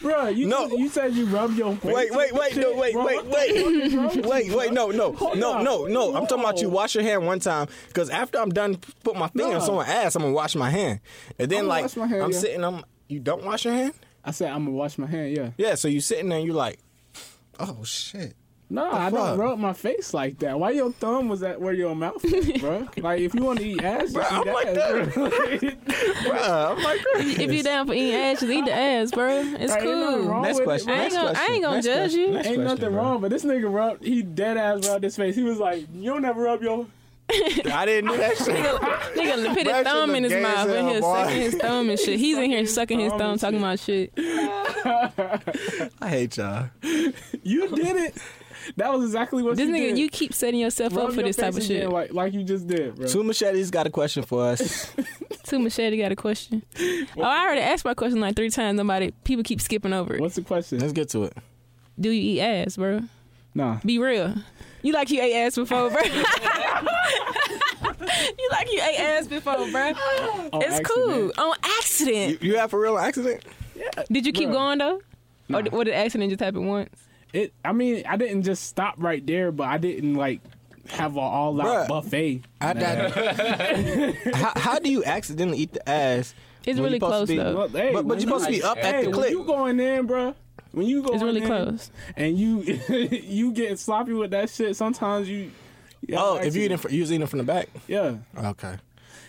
Speaker 2: Bro, you
Speaker 1: No.
Speaker 2: just- you said you rub your face.
Speaker 1: wait, wait, wait, no, wait,
Speaker 2: Bro,
Speaker 1: wait,
Speaker 2: what the fuck is wrong with
Speaker 1: wait, (laughs)
Speaker 2: you,
Speaker 1: wait, wait, no, no,
Speaker 2: Hold
Speaker 1: no,
Speaker 2: on.
Speaker 1: no, no. I'm talking about you
Speaker 2: No.
Speaker 1: wash your hand one time because after I'm done, put my finger in
Speaker 2: No.
Speaker 1: someone's ass, I'm gonna wash my hand, and then
Speaker 2: I'ma
Speaker 1: like
Speaker 2: wash my hand,
Speaker 1: I'm
Speaker 2: yeah.
Speaker 1: sitting, I'm you don't wash your hand,
Speaker 2: I said I'm gonna wash my hand. Yeah.
Speaker 1: yeah. So you sitting there, and you like, oh shit.
Speaker 2: No, I
Speaker 1: fuck?
Speaker 2: don't rub my face like that. Why your thumb was at where your mouth
Speaker 3: (laughs)
Speaker 2: is, bro? Like if you want to eat ass,
Speaker 1: Bruh,
Speaker 2: just eat
Speaker 1: I'm like
Speaker 2: ass, (laughs) bro.
Speaker 1: Bruh, I'm like,
Speaker 3: if you down for eating ass, just eat the ass, bruh. It's
Speaker 2: Ain't nothing
Speaker 3: cool."
Speaker 2: wrong.
Speaker 1: next
Speaker 2: with it,
Speaker 1: question.
Speaker 2: bro.
Speaker 3: I ain't
Speaker 1: next
Speaker 3: gonna- I
Speaker 1: question,
Speaker 3: ain't gonna
Speaker 1: next
Speaker 3: judge
Speaker 1: question,
Speaker 3: you.
Speaker 1: next
Speaker 2: Ain't
Speaker 1: question,
Speaker 2: nothing
Speaker 1: bro.
Speaker 2: wrong, but this nigga rubbed. He dead ass rubbed his face. He was like, "You don't never rub your."
Speaker 1: I didn't do that shit.
Speaker 3: Nigga put his
Speaker 1: That shit
Speaker 3: thumb
Speaker 1: look
Speaker 3: in his
Speaker 1: gay as
Speaker 3: mouth
Speaker 1: hell,
Speaker 3: and here
Speaker 1: boy.
Speaker 3: sucking his thumb and shit. He's in
Speaker 2: Sucking
Speaker 3: here
Speaker 2: his
Speaker 3: sucking his
Speaker 2: thumb
Speaker 3: thumb,
Speaker 2: and
Speaker 3: talking
Speaker 2: shit.
Speaker 3: about
Speaker 1: (laughs)
Speaker 3: shit.
Speaker 1: I hate y'all.
Speaker 3: (laughs)
Speaker 2: You did it. That was exactly what
Speaker 3: This
Speaker 2: you
Speaker 3: nigga,
Speaker 2: did.
Speaker 3: you keep setting yourself
Speaker 2: Rub
Speaker 3: up for
Speaker 2: your
Speaker 3: this type of
Speaker 2: face
Speaker 3: shit.
Speaker 2: again like like you just did, bro.
Speaker 1: Two machetes got a question for us.
Speaker 3: Too machete got
Speaker 2: (laughs)
Speaker 3: a question. Oh, I already asked my question like three times. Nobody, people keep skipping over it.
Speaker 2: What's the question?
Speaker 1: Let's get to it.
Speaker 3: Do you eat ass, bro?
Speaker 2: Nah,
Speaker 3: Be real. You like you ate ass
Speaker 2: (laughs)
Speaker 3: before, bro? you like you ate ass before, bro?
Speaker 2: on
Speaker 3: it's
Speaker 2: accident.
Speaker 3: cool on
Speaker 1: You,
Speaker 3: accident.
Speaker 1: you have a real accident?
Speaker 3: Did you keep
Speaker 2: Bruh.
Speaker 3: going though,
Speaker 2: Nah.
Speaker 3: or, did- or did accident just happen once?
Speaker 2: It. I mean, I didn't just stop right there, but I didn't like have an all
Speaker 1: Bruh.
Speaker 2: out buffet.
Speaker 1: I died. (laughs) how, how do you accidentally eat the ass?
Speaker 3: It's
Speaker 1: when you
Speaker 3: really
Speaker 1: supposed
Speaker 3: close
Speaker 1: to be-
Speaker 3: though.
Speaker 2: Look, hey,
Speaker 1: But- but
Speaker 2: when
Speaker 1: you're supposed to be up at
Speaker 2: hey,
Speaker 1: the
Speaker 2: when
Speaker 1: clip.
Speaker 2: You going in, bro? When you go,
Speaker 3: It's really
Speaker 2: in
Speaker 3: close.
Speaker 2: and you (laughs) you getting sloppy with that shit. Sometimes you. you have
Speaker 1: Oh,
Speaker 2: an
Speaker 1: if you eating,
Speaker 2: accident.
Speaker 1: fr- you was eating from the back.
Speaker 2: yeah,
Speaker 1: Okay.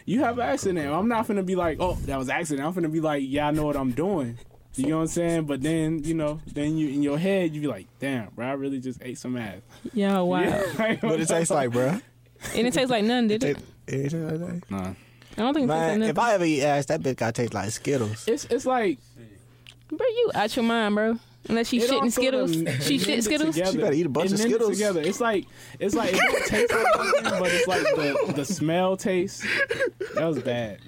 Speaker 2: you have an accident. I'm not finna be like, oh, that was accident. I'm finna be like, yeah, I know what I'm doing. You know what I'm saying? But then, you know, then you in your head, you be like, damn, bro, I really just ate some ass. (laughs)
Speaker 3: Yeah, wow.
Speaker 1: What it tastes like, bro?
Speaker 3: And it tastes like none, did it?
Speaker 1: It- it tastes like that.
Speaker 2: Nah.
Speaker 3: I don't think it tastes like
Speaker 1: Man,
Speaker 3: nothing.
Speaker 1: if I ever eat ass, that bitch gotta taste like Skittles.
Speaker 2: It's it's like
Speaker 3: Bro, you out your mind, bro. Unless she
Speaker 2: it all
Speaker 3: shitting
Speaker 2: sorta
Speaker 3: Skittles.
Speaker 2: m- (laughs)
Speaker 3: She
Speaker 2: mend it
Speaker 3: shit Skittles?
Speaker 2: together.
Speaker 1: She better eat a bunch
Speaker 2: It
Speaker 1: of
Speaker 2: mend it
Speaker 1: Skittles.
Speaker 2: together. It's like it's like it don't taste like
Speaker 3: (laughs)
Speaker 2: nothing, but it's like the, the smell taste. That was bad.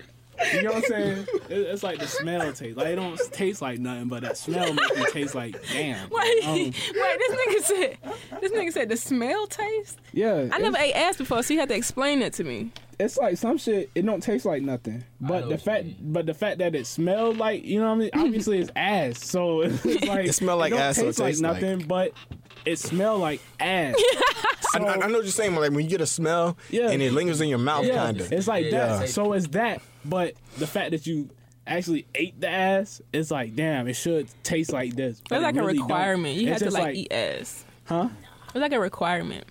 Speaker 2: You know what I'm saying? It- It's like the smell taste. Like it don't taste like nothing, but that smell makes it taste like
Speaker 3: (laughs)
Speaker 2: damn.
Speaker 3: Wait,
Speaker 2: Um,
Speaker 3: wait, this nigga said this nigga said the smell taste?
Speaker 2: yeah.
Speaker 3: I never ate ass before, so you had to explain that to me.
Speaker 2: it's like some shit. It don't taste like nothing, but
Speaker 6: know
Speaker 2: the
Speaker 6: what you
Speaker 2: fact,
Speaker 6: mean.
Speaker 2: but the fact that it smelled like you know what I mean. Obviously, it's ass, so (laughs) it's like
Speaker 1: It smell like
Speaker 2: don't
Speaker 1: ass, so it
Speaker 2: Taste like
Speaker 1: tastes like-
Speaker 2: nothing, but it smelled like
Speaker 3: (laughs)
Speaker 2: ass.
Speaker 1: I, I, I know what you're saying. but, Like when you get a smell
Speaker 2: Yeah.
Speaker 1: and it lingers in your mouth,
Speaker 2: yeah,
Speaker 1: kind of.
Speaker 2: it's like
Speaker 6: Yeah.
Speaker 2: that. So it's that, but the fact that you actually ate the ass, it's like damn, it should taste like this. but
Speaker 3: That's
Speaker 2: it
Speaker 3: like a
Speaker 2: really don't.
Speaker 3: requirement. You
Speaker 2: It's
Speaker 3: have to
Speaker 2: just
Speaker 3: like, eat ass.
Speaker 2: huh?
Speaker 3: It's like a requirement.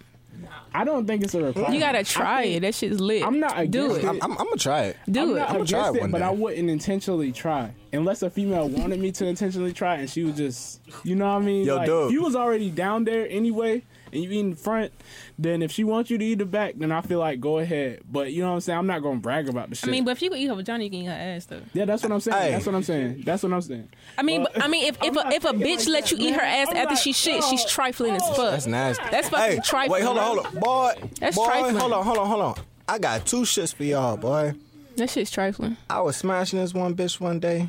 Speaker 2: I don't think it's a requirement.
Speaker 3: You gotta try it. That shit's lit.
Speaker 2: I'm not
Speaker 3: do
Speaker 2: against
Speaker 3: it.
Speaker 2: it.
Speaker 1: I'm, I'm, I'm gonna try it.
Speaker 3: do
Speaker 2: I'm
Speaker 3: it.
Speaker 2: not
Speaker 1: I'ma
Speaker 2: against
Speaker 1: try it
Speaker 2: it,
Speaker 1: one
Speaker 2: but
Speaker 1: day.
Speaker 2: I wouldn't intentionally try unless a female wanted me to intentionally try, and she was just, you know what I mean?
Speaker 1: Yo,
Speaker 2: like,
Speaker 1: Doug.
Speaker 2: if you was already down there anyway, and you eating front, then if she wants you to eat the back, then I feel like go ahead. But you know what I'm saying? I'm not gonna brag about the
Speaker 3: I
Speaker 2: shit.
Speaker 3: mean, but if you could eat her vagina, you can eat her ass though.
Speaker 2: yeah, that's what I'm saying.
Speaker 1: Hey.
Speaker 2: That's what I'm saying. That's what I'm saying.
Speaker 3: I mean, but, I mean, if if a,
Speaker 2: not
Speaker 3: if a
Speaker 2: thinking
Speaker 3: bitch
Speaker 2: like
Speaker 3: let
Speaker 2: that,
Speaker 3: you eat her
Speaker 2: man.
Speaker 3: ass
Speaker 2: I'm
Speaker 3: after
Speaker 2: not-
Speaker 3: she shit,
Speaker 2: no.
Speaker 3: she's trifling as fuck.
Speaker 1: That's nasty.
Speaker 3: That's fucking
Speaker 1: Hey,
Speaker 3: trifling.
Speaker 1: wait, hold on, hold on, boy.
Speaker 3: That's
Speaker 1: boy,
Speaker 3: trifling.
Speaker 1: Hold on, hold on, hold on. I got two shits for y'all, boy.
Speaker 3: That shit's trifling.
Speaker 1: I was smashing this one bitch one
Speaker 3: (laughs)
Speaker 1: day,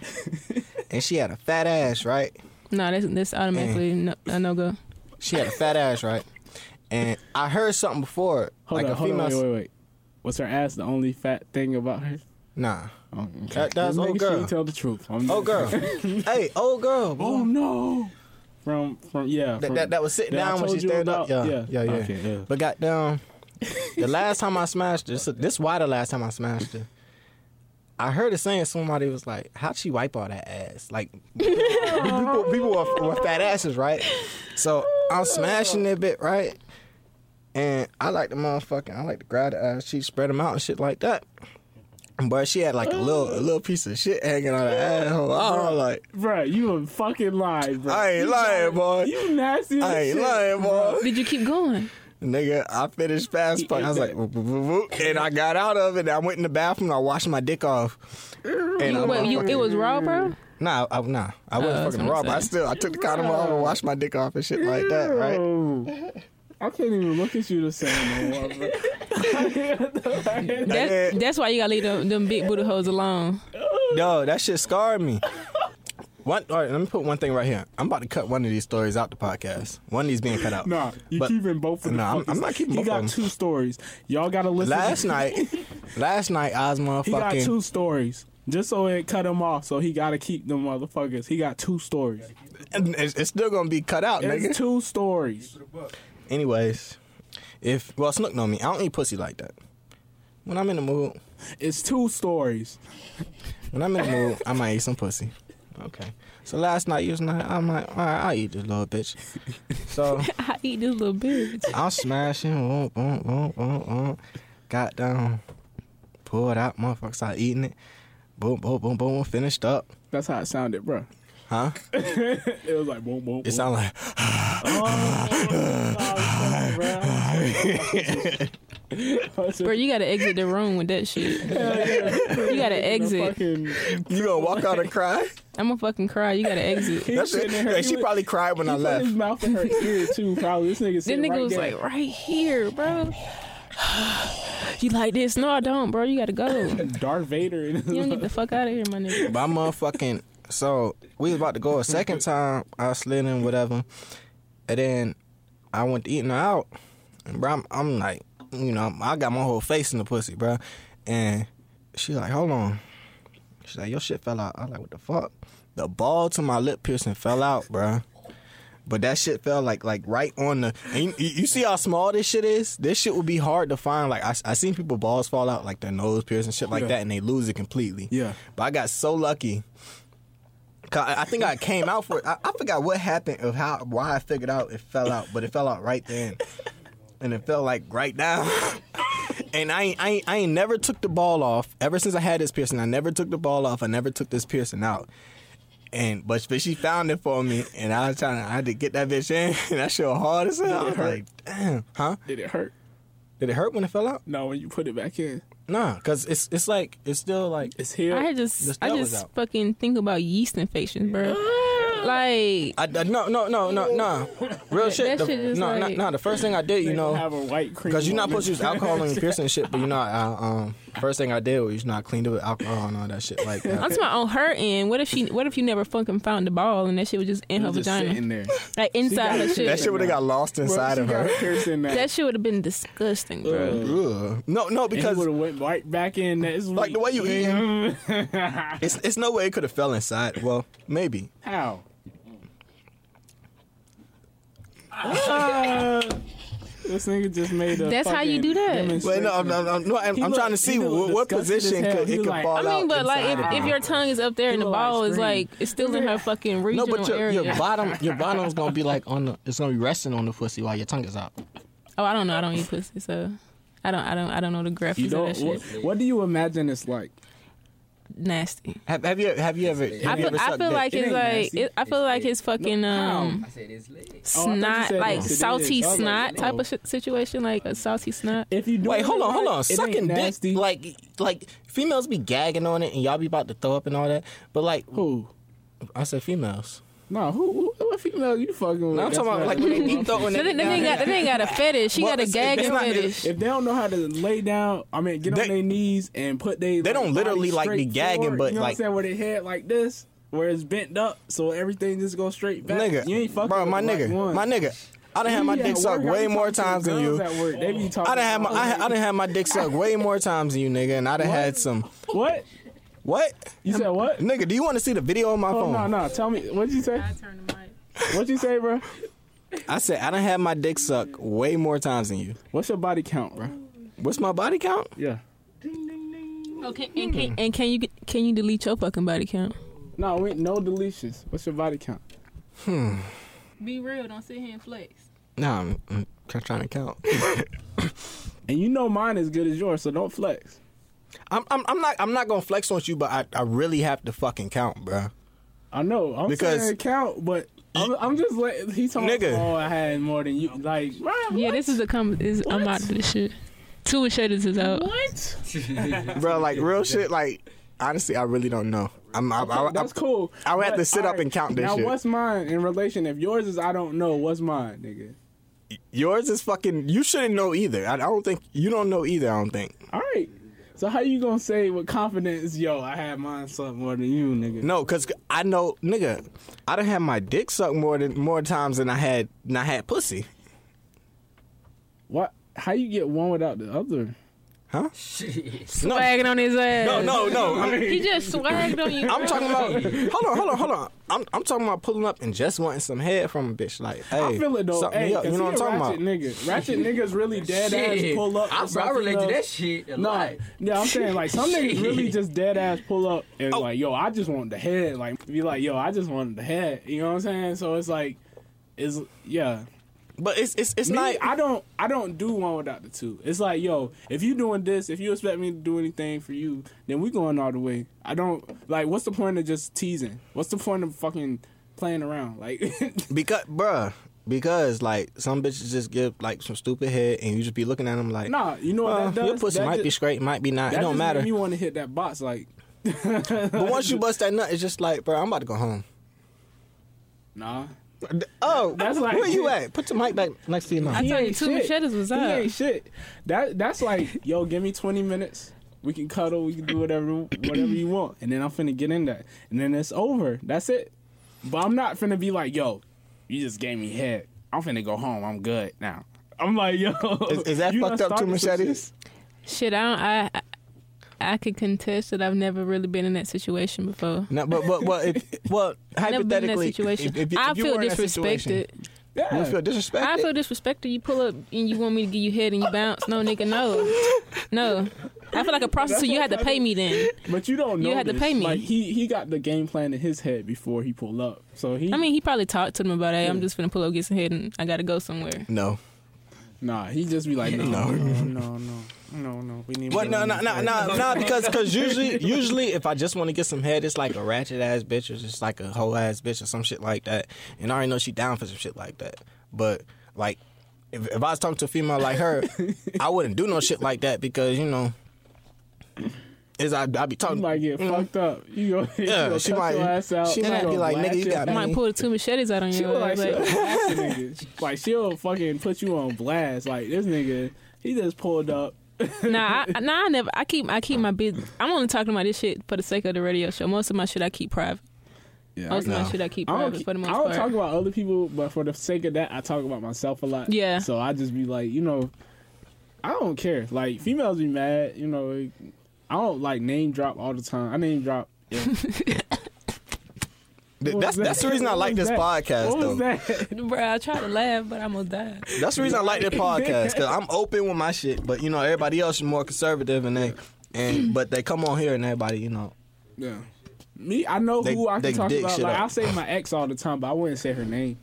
Speaker 1: and she had a fat ass, right?
Speaker 3: No, that's that's
Speaker 2: Mm.
Speaker 3: automatically no, a no go.
Speaker 1: She had a fat ass, right? And I heard something before,
Speaker 2: Hold
Speaker 1: like
Speaker 2: on,
Speaker 1: a
Speaker 2: hold
Speaker 1: female.
Speaker 2: on, wait, wait, wait. Was her ass the only fat thing about her?
Speaker 1: Nah,
Speaker 2: Oh, okay.
Speaker 1: That- that's
Speaker 2: Just
Speaker 1: old
Speaker 2: making sure
Speaker 1: girl.
Speaker 2: you tell the truth. I'm
Speaker 1: old girl.
Speaker 2: (laughs)
Speaker 1: hey, old girl. boy.
Speaker 2: Oh no. From from yeah.
Speaker 1: that,
Speaker 2: from-
Speaker 1: that, that was sitting
Speaker 2: that I
Speaker 1: down when
Speaker 2: told
Speaker 1: she
Speaker 2: you
Speaker 1: stand up. Yeah,
Speaker 2: about?
Speaker 1: yeah, yeah.
Speaker 2: Okay, yeah.
Speaker 1: But got down. the last time I smashed her, this, this why the last time I smashed her. I heard it saying somebody was like, "How'd she wipe all that ass?" Like people, people were, were fat asses, right? So I'm smashing that bit, right? And I like the motherfucking, I like to grab the ass cheeks, spread them out and shit like that. But she had like a little, a little piece of shit hanging on her asshole. I was like,
Speaker 2: Bruh, you a fucking lie, bro.
Speaker 1: I ain't lying, boy.
Speaker 2: You nasty. as
Speaker 1: I ain't
Speaker 2: shit.
Speaker 1: lying, boy.
Speaker 3: Did you keep going?
Speaker 1: Nigga, I finished fast part. I was like, "Whoop, whoop, whoop, whoop," and I got out of it. And I went in the bathroom. And I washed my dick off. And
Speaker 3: You,
Speaker 1: I'm
Speaker 3: wait, you,
Speaker 1: fucking-
Speaker 3: it was raw, bro.
Speaker 1: nah, I, nah, I wasn't
Speaker 3: Oh, that's
Speaker 1: fucking
Speaker 3: what
Speaker 1: raw,
Speaker 3: I'm
Speaker 1: but I
Speaker 3: saying.
Speaker 1: still I took the condom off and washed my dick off and shit like that, right?
Speaker 2: Yo. I can't even look at you the same no more,
Speaker 1: (laughs)
Speaker 2: bro.
Speaker 3: That,
Speaker 1: Yeah.
Speaker 3: that's why you gotta leave them, them big booty hoes alone.
Speaker 1: No, that shit scarred me. One, all right, let me put one thing right here. I'm about to cut one of these stories out the podcast. One of these being cut out.
Speaker 2: Nah, you
Speaker 1: But-
Speaker 2: keeping both of them.
Speaker 1: Nah, I'm-
Speaker 2: fuckers.
Speaker 1: I'm not keeping
Speaker 2: He
Speaker 1: both
Speaker 2: got
Speaker 1: of them.
Speaker 2: two stories. Y'all gotta listen.
Speaker 1: Last night, last night I was
Speaker 2: he got
Speaker 1: motherfucking.
Speaker 2: two stories. Just so it cut him off, so he gotta keep them motherfuckers. He got two stories.
Speaker 1: and it's, it's still gonna be cut out, nigga.
Speaker 2: It's two stories.
Speaker 1: Anyways, if well, Snook know me. I don't eat pussy like that. When I'm in the mood,
Speaker 2: It's two stories.
Speaker 1: When I'm in the mood, I might eat some pussy. Okay. So last night, you was like, I'm like, all right, I'll eat this little bitch. So
Speaker 3: I eat this little bitch.
Speaker 1: I'm smashing, womp, womp, womp, womp, womp. Got down, pulled out, motherfucker started eating it. Boom, boom, boom, boom, finished up.
Speaker 2: That's how it sounded, bro.
Speaker 1: Huh?
Speaker 2: (laughs) It was like boom, boom.
Speaker 1: It
Speaker 2: boom.
Speaker 1: sounded like, (laughs)
Speaker 3: Bro, you gotta exit the room with that shit. You gotta exit.
Speaker 2: Fucking,
Speaker 1: you gonna walk out and cry?
Speaker 3: I'm gonna fucking cry. You gotta exit.
Speaker 1: That shit, yeah, she probably cried when I
Speaker 2: He put his
Speaker 1: left.
Speaker 2: mouth in her ear too. Probably
Speaker 3: (laughs)
Speaker 2: this nigga.
Speaker 3: This
Speaker 2: sitting
Speaker 3: nigga
Speaker 2: right
Speaker 3: was
Speaker 2: there.
Speaker 3: like right here, bro. (sighs) you like this? No, I don't, bro. You gotta go. You
Speaker 2: Darth Vader. And
Speaker 3: don't get the fuck out of here, my nigga.
Speaker 1: My motherfucking, so we was about to go a second time. I slid in, whatever. And then I went to eating her out. And bro, I'm, I'm like, you know, I got my whole face in the pussy, bro. And she like, hold on. She's like, your shit fell out. I'm like, what the fuck? The ball to my lip piercing fell out, bro. But that shit fell like like right on the. And you, you see how small this shit is? This shit would be hard to find. Like I, I seen people balls fall out like their nose piercing shit like
Speaker 2: Yeah.
Speaker 1: that, and they lose it completely.
Speaker 2: Yeah.
Speaker 1: But I got so lucky. 'Cause I I think I came out for it. I, I forgot what happened of how why I figured out it fell out, but it fell out right then, and it fell like right down. (laughs) And I ain't, I ain't, I ain't never took the ball off ever since I had this piercing. I never took the ball off. I never took this piercing out. And but, but she found it for me, and I was trying to. I had to get that bitch in, (laughs) and that shit was hard as hell. I was like, damn, huh?
Speaker 2: Did it hurt?
Speaker 1: Did it hurt when it fell out?
Speaker 2: No, when you put it back in,
Speaker 1: Nah, cause it's it's like it's still like
Speaker 2: it's here.
Speaker 3: I
Speaker 1: The
Speaker 3: just, I
Speaker 1: snout was
Speaker 3: just
Speaker 1: out.
Speaker 3: fucking think about yeast infections, bro. Like,
Speaker 1: I, I no no no no (laughs) no real shit.
Speaker 3: that
Speaker 1: the-
Speaker 3: shit is
Speaker 1: no no
Speaker 3: like-
Speaker 1: no. The first thing I did, you
Speaker 2: They don't
Speaker 1: know,
Speaker 2: have a white cream.
Speaker 1: because you're not
Speaker 2: on it.
Speaker 1: supposed to use alcohol in piercing and shit, but you know, I um First thing I did was not cleaned up with alcohol and all that shit like
Speaker 3: I'm
Speaker 1: that.
Speaker 3: talking about on her end. What if she? What if you never fucking found the ball and that shit was just in her
Speaker 2: just
Speaker 3: vagina,
Speaker 2: sitting there.
Speaker 3: like inside her shit?
Speaker 1: that shit would have got lost inside
Speaker 2: She
Speaker 1: of
Speaker 2: got
Speaker 1: her.
Speaker 2: a
Speaker 3: (laughs)
Speaker 2: piercing now.
Speaker 3: That shit would have been disgusting, bro.
Speaker 1: Ugh. No, no,
Speaker 2: And he
Speaker 1: because
Speaker 2: would have went right back in. That is
Speaker 1: Like the way you
Speaker 2: (laughs) eat.
Speaker 1: it's it's no way it could have fell inside. Well, maybe.
Speaker 2: How?
Speaker 1: Ah.
Speaker 2: this nigga just made a.
Speaker 3: That's how you do that.
Speaker 2: fucking
Speaker 1: Wait, no, I'm,
Speaker 2: demonstration.
Speaker 1: I'm, I'm, no, I'm,
Speaker 2: He
Speaker 1: I'm
Speaker 2: looked-
Speaker 1: trying to
Speaker 2: he
Speaker 1: see what,
Speaker 2: looked
Speaker 1: what
Speaker 2: disgusted as
Speaker 1: position
Speaker 2: hell.
Speaker 1: could,
Speaker 2: He
Speaker 1: it could
Speaker 2: like-
Speaker 1: fall
Speaker 2: I
Speaker 3: I mean,
Speaker 1: out.
Speaker 3: but like
Speaker 1: inside of
Speaker 3: if,
Speaker 1: her.
Speaker 3: if your tongue is up there and the
Speaker 2: People like
Speaker 3: ball is
Speaker 2: scream.
Speaker 3: like it's still in her fucking
Speaker 1: no,
Speaker 3: regional
Speaker 1: but your,
Speaker 3: area.
Speaker 1: your bottom
Speaker 2: (laughs)
Speaker 1: your bottom's gonna be like on the it's gonna be resting on the pussy while your tongue is out.
Speaker 3: oh, I don't know. I don't eat pussy, so I don't. I don't. I don't know the graphics
Speaker 2: You
Speaker 3: of
Speaker 2: don't.
Speaker 3: that shit.
Speaker 2: What, what do you imagine it's like?
Speaker 3: Nasty.
Speaker 1: Have, have you have you ever? Have
Speaker 3: I
Speaker 1: you
Speaker 3: feel.
Speaker 1: ever
Speaker 3: I
Speaker 1: sucked
Speaker 3: feel
Speaker 1: dick?
Speaker 3: like
Speaker 2: It
Speaker 3: it's
Speaker 2: ain't
Speaker 3: like.
Speaker 2: nasty.
Speaker 3: It, I feel like it's fucking
Speaker 2: No, how?
Speaker 3: um.
Speaker 5: I said it's (laughs) lit.
Speaker 2: Oh, I thought you
Speaker 3: snot,
Speaker 2: said
Speaker 3: like
Speaker 2: it is.
Speaker 3: salty
Speaker 2: I was like,
Speaker 3: snot
Speaker 2: no.
Speaker 3: type of shit situation, like a salty snot.
Speaker 2: If you do
Speaker 1: Wait,
Speaker 2: it
Speaker 1: hold on,
Speaker 2: right,
Speaker 1: hold on.
Speaker 2: it ain't
Speaker 1: Sucking dick,
Speaker 2: nasty.
Speaker 1: like, like females be gagging on it, and y'all be about to throw up and all that. But like,
Speaker 2: who?
Speaker 1: I said females.
Speaker 2: No, who? who what female you fucking with?
Speaker 1: No, I'm
Speaker 2: That's
Speaker 1: talking about
Speaker 2: not-
Speaker 1: like when they be throwing
Speaker 3: That
Speaker 1: it.
Speaker 3: nigga got, that nigga got a fetish. She
Speaker 1: Well,
Speaker 3: got a
Speaker 1: it's-
Speaker 3: gag
Speaker 1: it's not-
Speaker 3: fetish.
Speaker 2: If they don't know how to lay down, I mean, get
Speaker 1: They-
Speaker 2: on their knees and put their
Speaker 1: They don't literally, like, be gagging, but,
Speaker 2: you know what I'm
Speaker 1: like-
Speaker 2: saying, where they head like this, where it's bent up, so everything just goes straight back.
Speaker 1: nigga,
Speaker 2: you ain't fucking
Speaker 1: bro,
Speaker 2: with
Speaker 1: my
Speaker 2: the right
Speaker 1: nigga,
Speaker 2: one.
Speaker 1: my nigga. I done had my
Speaker 2: Yeah,
Speaker 1: dick
Speaker 2: at
Speaker 1: sucked
Speaker 2: work, I
Speaker 1: way
Speaker 2: be
Speaker 1: more
Speaker 2: talking to
Speaker 1: times than
Speaker 2: girls
Speaker 1: you.
Speaker 2: at work. They be talking.
Speaker 1: I done had my
Speaker 2: about,
Speaker 1: I, I done had my
Speaker 2: (laughs)
Speaker 1: dick sucked way more times than you, nigga, and I done had some.
Speaker 2: what?
Speaker 1: What,
Speaker 2: You said what?
Speaker 1: nigga? Do you want to see the video on my
Speaker 2: Oh
Speaker 1: phone?
Speaker 2: no, no. Tell me what'd you say? What'd you say, bro?
Speaker 1: I said I done had my dick sucked way more times than you.
Speaker 2: What's your body count, bro?
Speaker 1: What's my body count?
Speaker 2: Yeah.
Speaker 3: Okay, and can, and can you can you delete your fucking body count?
Speaker 2: No, we no deletions. What's your body count?
Speaker 3: Be real. Don't sit here and flex.
Speaker 1: Nah, I'm, I'm trying to count.
Speaker 2: And you know mine is good as yours, so don't flex.
Speaker 1: I'm, I'm, I'm not I'm not gonna flex on you, but I, I really have to fucking count, bruh.
Speaker 2: I know. I'm
Speaker 1: Because-
Speaker 2: saying count, but I'm, I'm just letting. He's talking. about,
Speaker 1: Nigga.
Speaker 2: Oh, I had more than you. Like, bro,
Speaker 3: Yeah, this is a com. Is, I'm out of this shit. Two of Shutters is out.
Speaker 2: what?
Speaker 1: Bruh, like real shit. Like honestly, I really don't know. I'm I, I, I,
Speaker 2: That's cool.
Speaker 1: I would have
Speaker 2: But,
Speaker 1: to sit up
Speaker 2: alright,
Speaker 1: and count this
Speaker 2: Now,
Speaker 1: shit.
Speaker 2: what's mine in relation? If yours is, I don't know. What's mine, nigga?
Speaker 1: yours is fucking. You shouldn't know either. I, I don't think you don't know either. I don't think.
Speaker 2: All right. So how you gonna say with confidence, yo, I had mine suck more than you, nigga?
Speaker 1: No, cause I know, nigga. I done had my dick sucked more than more times than I had than I had pussy.
Speaker 2: What? How you get one without the other?
Speaker 1: No,
Speaker 3: Swagging on his ass.
Speaker 1: no, no, no. I'm,
Speaker 3: He just swagged on you.
Speaker 1: I'm talking about. Hold on, hold on, hold on. I'm I'm talking about pulling up and just wanting some head from a bitch. Like, hey,
Speaker 2: I feel it though.
Speaker 1: suck me
Speaker 2: Hey,
Speaker 1: up.
Speaker 2: cause
Speaker 1: You know what I'm
Speaker 2: he a
Speaker 1: talking
Speaker 2: ratchet
Speaker 1: about?
Speaker 2: Nigga. Ratchet niggas really dead ass
Speaker 5: Shit.
Speaker 2: pull up.
Speaker 5: I,
Speaker 2: or
Speaker 5: I
Speaker 2: something
Speaker 5: relate to
Speaker 2: else.
Speaker 5: that shit a
Speaker 2: No,
Speaker 5: lot. (laughs)
Speaker 2: yeah, I'm saying like some
Speaker 1: (laughs)
Speaker 2: niggas really just dead ass pull up and
Speaker 1: Oh.
Speaker 2: like, yo, I just want the head. Like, be like, yo, I just want the head. You know what I'm saying? So it's like, it's yeah.
Speaker 1: But it's it's it's
Speaker 2: Me,
Speaker 1: not.
Speaker 2: I don't, I don't do one without the two. It's like, yo, if you doing this, if you expect me to do anything for you, then we going all the way. I don't like. What's the point of just teasing? What's the point of fucking playing around? Like, (laughs)
Speaker 1: Because, bruh, because like some bitches just give like some stupid head, and you just be looking at them like,
Speaker 2: nah, you know what
Speaker 1: uh,
Speaker 2: that does?
Speaker 1: your pussy
Speaker 2: That
Speaker 1: might
Speaker 2: ju-
Speaker 1: be straight, might be not. It
Speaker 2: that
Speaker 1: don't
Speaker 2: just
Speaker 1: matter.
Speaker 2: make Me want to hit that box like.
Speaker 1: But once
Speaker 2: (laughs)
Speaker 1: you bust that nut, it's just like, bro, I'm about to go home.
Speaker 2: Nah,
Speaker 1: Oh,
Speaker 2: That's like-
Speaker 1: where you at? Put the mic back next to your mouth.
Speaker 3: I told you
Speaker 2: ain't
Speaker 3: two of
Speaker 2: shit.
Speaker 3: Shutters was
Speaker 2: He
Speaker 3: out.
Speaker 2: ain't shit. That that's like, yo, give me twenty minutes. We can cuddle. We can do whatever whatever you want, and then I'm finna get in that, and then it's over. That's it. But I'm not finna be like, yo, you just gave me head. I'm finna go home. I'm good now. I'm like, yo,
Speaker 1: Is, is that
Speaker 2: (laughs) you done
Speaker 1: fucked up too,
Speaker 2: started some
Speaker 1: machetes?
Speaker 3: Shit, I don't. I, I I could contest that I've never really been in that situation before.
Speaker 1: No, but but
Speaker 2: (laughs)
Speaker 1: well, if, well,
Speaker 3: Never
Speaker 1: hypothetically,
Speaker 3: been in that situation.
Speaker 1: if- if you-
Speaker 3: I
Speaker 1: if you
Speaker 3: feel
Speaker 1: were in that situation,
Speaker 3: disrespected.
Speaker 2: shit? Yeah.
Speaker 1: You feel disrespected.
Speaker 3: I feel disrespected. You pull up and you want me to give you head and you bounce. No, nigga, no, no. I feel like a prostitute. You had to pay me then.
Speaker 2: But you don't know.
Speaker 3: You had to
Speaker 2: this.
Speaker 3: pay me.
Speaker 2: Like he he got the game plan in his head before he pulled up. So he,
Speaker 3: I mean, he probably talked to them about it. I'm just gonna pull up, get some head, and I gotta go somewhere.
Speaker 1: no.
Speaker 2: nah, he just
Speaker 1: (laughs)
Speaker 2: be like, no, no, no, no, no, no. We need.
Speaker 1: Well,
Speaker 2: more
Speaker 1: no,
Speaker 2: than
Speaker 1: no, no,
Speaker 2: that.
Speaker 1: no, no, because because usually usually if I just want to get some head, it's like a ratchet ass bitch or just like a whole ass bitch or some shit like that, and I already know she down for some shit like that. But like, if, if I was talking to a female like
Speaker 2: (laughs)
Speaker 1: her, I wouldn't do no shit like that because you know, is I I be
Speaker 2: You
Speaker 1: talking
Speaker 2: might get
Speaker 1: you know,
Speaker 2: fucked up. You go,
Speaker 1: Mm-hmm.
Speaker 2: (laughs)
Speaker 1: Yeah,
Speaker 2: yeah,
Speaker 1: she
Speaker 2: she might.
Speaker 1: might-
Speaker 2: Your ass out.
Speaker 1: she might
Speaker 2: gonna
Speaker 1: be like,
Speaker 2: blast
Speaker 1: nigga, you
Speaker 2: your
Speaker 1: got
Speaker 3: I
Speaker 2: ass.
Speaker 1: me. (laughs)
Speaker 3: might pull the two machetes out on
Speaker 2: She
Speaker 3: you.
Speaker 2: will like,
Speaker 3: Like,
Speaker 2: she'll blast the nigga. like she'll fucking put you on blast. Like this nigga, he just pulled up.
Speaker 3: nah, I, nah, I never. I keep, I keep my business. I'm only talking about this shit for the sake of the radio show. Most of my shit I keep private.
Speaker 2: Yeah,
Speaker 3: Most of
Speaker 1: No.
Speaker 3: my shit I keep
Speaker 2: I
Speaker 3: private
Speaker 2: don't,
Speaker 3: for the most
Speaker 2: I don't
Speaker 3: part.
Speaker 2: talk about other people, but for the sake of that, I talk about myself a lot.
Speaker 3: Yeah.
Speaker 2: So I just be like, you know, I don't care. Like females be mad, you know. like, I don't like name drop all the time. I name drop.
Speaker 4: Th-
Speaker 2: What
Speaker 4: That's
Speaker 2: was
Speaker 4: that's
Speaker 2: that?
Speaker 4: the reason I
Speaker 2: What
Speaker 4: like
Speaker 2: was
Speaker 4: this
Speaker 2: that?
Speaker 4: podcast
Speaker 2: What
Speaker 4: though.
Speaker 2: was that?
Speaker 3: (laughs) Bruh, I tried to laugh, but I almost died.
Speaker 4: That's the reason I
Speaker 2: (laughs)
Speaker 4: like this podcast because I'm open with my shit, but you know everybody else is more conservative and they
Speaker 2: (clears throat)
Speaker 4: and but they come on here and everybody you know
Speaker 2: Yeah. Me, I know
Speaker 4: They-
Speaker 2: who I
Speaker 4: they
Speaker 2: can talk
Speaker 4: dig
Speaker 2: about.
Speaker 4: shit
Speaker 2: Like
Speaker 4: up.
Speaker 2: I'll say my ex all the time, but I wouldn't say her name.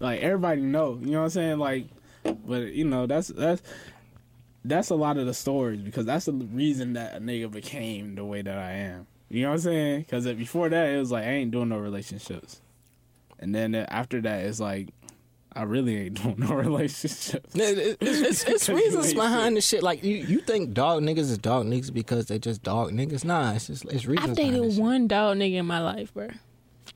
Speaker 2: Like everybody know, you know what I'm saying? Like, but you know that's that's that's a lot of the stories because that's the reason that a nigga became the way that I am. You know what I'm saying? Because before that it was like I ain't doing no relationships, and then after that it's like I really ain't (laughs) doing no relationships.
Speaker 1: It- it-
Speaker 2: (laughs)
Speaker 1: It's, it's, it's reasons behind the shit. Like you, you think dog niggas is dog niggas because they just dog niggas. Nah, it's just it's reasons. behind
Speaker 3: I've
Speaker 1: this
Speaker 3: dated
Speaker 1: shit.
Speaker 3: one dog nigga in my life, bruh.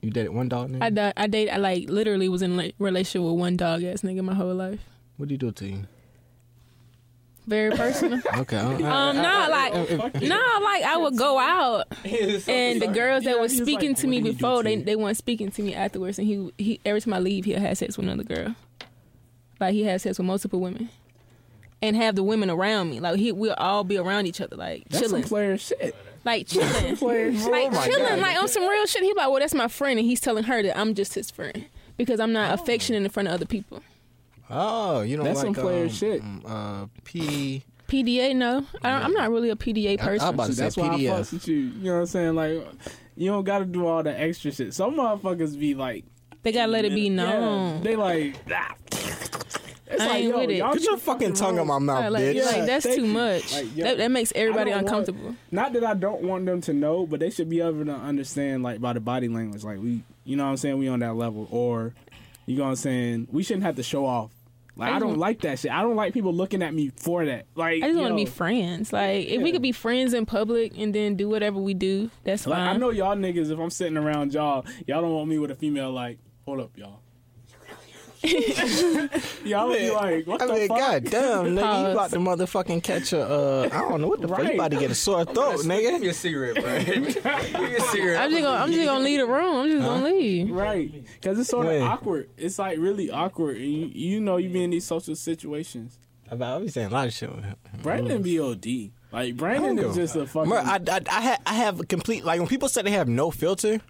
Speaker 1: You dated one dog nigga.
Speaker 3: I, di- I date I like literally was in a relationship with one dog ass nigga my whole life.
Speaker 1: what do you do to you?
Speaker 3: Very personal.
Speaker 1: Okay. I,
Speaker 2: (laughs)
Speaker 1: I,
Speaker 3: um, no, like no, like I would go out and the girls that
Speaker 2: Yeah,
Speaker 3: were
Speaker 2: he's like,
Speaker 3: speaking to
Speaker 2: "What
Speaker 3: me
Speaker 2: do you do
Speaker 3: before
Speaker 2: to
Speaker 3: they
Speaker 2: you?"
Speaker 3: they weren't speaking to me afterwards, and he he every time I leave he'll have sex with another girl. Like he has sex with multiple women, and have the women around me. Like he we'll all be around each other, like
Speaker 2: That's some
Speaker 3: chilling,
Speaker 2: player shit.
Speaker 3: like chilling. like
Speaker 2: Oh
Speaker 3: chilling, like on some real shit. He like, well, that's my friend, and he's telling her that I'm just his friend because I'm
Speaker 2: Oh.
Speaker 3: not affectionate in front of other people.
Speaker 1: oh, you don't
Speaker 2: That's
Speaker 1: like
Speaker 2: some player
Speaker 1: um,
Speaker 2: shit.
Speaker 1: um, Uh, P.
Speaker 3: PDA, no, I don't, I'm not really a PDA
Speaker 1: I- I
Speaker 3: person.
Speaker 1: about to
Speaker 2: So that's
Speaker 1: say
Speaker 2: why I
Speaker 1: PDF.
Speaker 2: fucks with you. You know what I'm saying? Like, you don't got to do all that extra shit. Some motherfuckers be like,
Speaker 3: they gotta let it be
Speaker 2: yeah,
Speaker 3: known.
Speaker 2: they like, ah. it's
Speaker 3: I
Speaker 2: like,
Speaker 3: ain't
Speaker 2: yo,
Speaker 3: with it.
Speaker 2: y'all
Speaker 3: Put
Speaker 1: Put your fucking tongue in my mouth,
Speaker 3: Like, like,
Speaker 1: bitch.
Speaker 2: Yeah,
Speaker 3: like, that's
Speaker 2: thank
Speaker 3: too
Speaker 2: you.
Speaker 3: much.
Speaker 2: Like, yo,
Speaker 3: that, that makes everybody
Speaker 2: I don't want-
Speaker 3: uncomfortable.
Speaker 2: Not that I don't want them to know, but they should be able to understand like by the body language. Like we, you know what I'm saying? We on that level, or you know what I'm saying? We shouldn't have to show off. Like
Speaker 3: I
Speaker 2: I,
Speaker 3: just-
Speaker 2: don't like that shit. I don't like people looking at me for that. Like
Speaker 3: I just
Speaker 2: yo,
Speaker 3: want to be friends. Like if we
Speaker 2: Yeah.
Speaker 3: could be friends in public and then do whatever we do, that's
Speaker 2: Like
Speaker 3: fine.
Speaker 2: I know y'all niggas. If I'm sitting around y'all, y'all don't want me with a female. Like hold
Speaker 1: (laughs)
Speaker 2: up, y'all. y'all would be like, what
Speaker 1: I
Speaker 2: the
Speaker 1: mean,
Speaker 2: fuck?
Speaker 1: goddamn, nigga, you
Speaker 3: Pause.
Speaker 1: about to motherfucking catch a, uh, I don't know what the fuck,
Speaker 2: Right.
Speaker 1: you about to get a sore throat,
Speaker 5: Give
Speaker 1: nigga.
Speaker 5: me a cigarette, bro. (laughs) Give me a cigarette.
Speaker 3: I'm just gonna I'm just gonna leave the room. I'm just gonna leave.
Speaker 2: Right, because it's sort of
Speaker 1: Wait.
Speaker 2: awkward. It's like really awkward, and you, you know you be in these social situations.
Speaker 1: I be saying a lot of shit with him.
Speaker 2: Brandon be OD. Like Brandon
Speaker 1: I don't
Speaker 2: is
Speaker 1: go.
Speaker 2: just a fucking.
Speaker 1: Bro, I, I, I, ha- I have a complete, like, when people say they have no filter,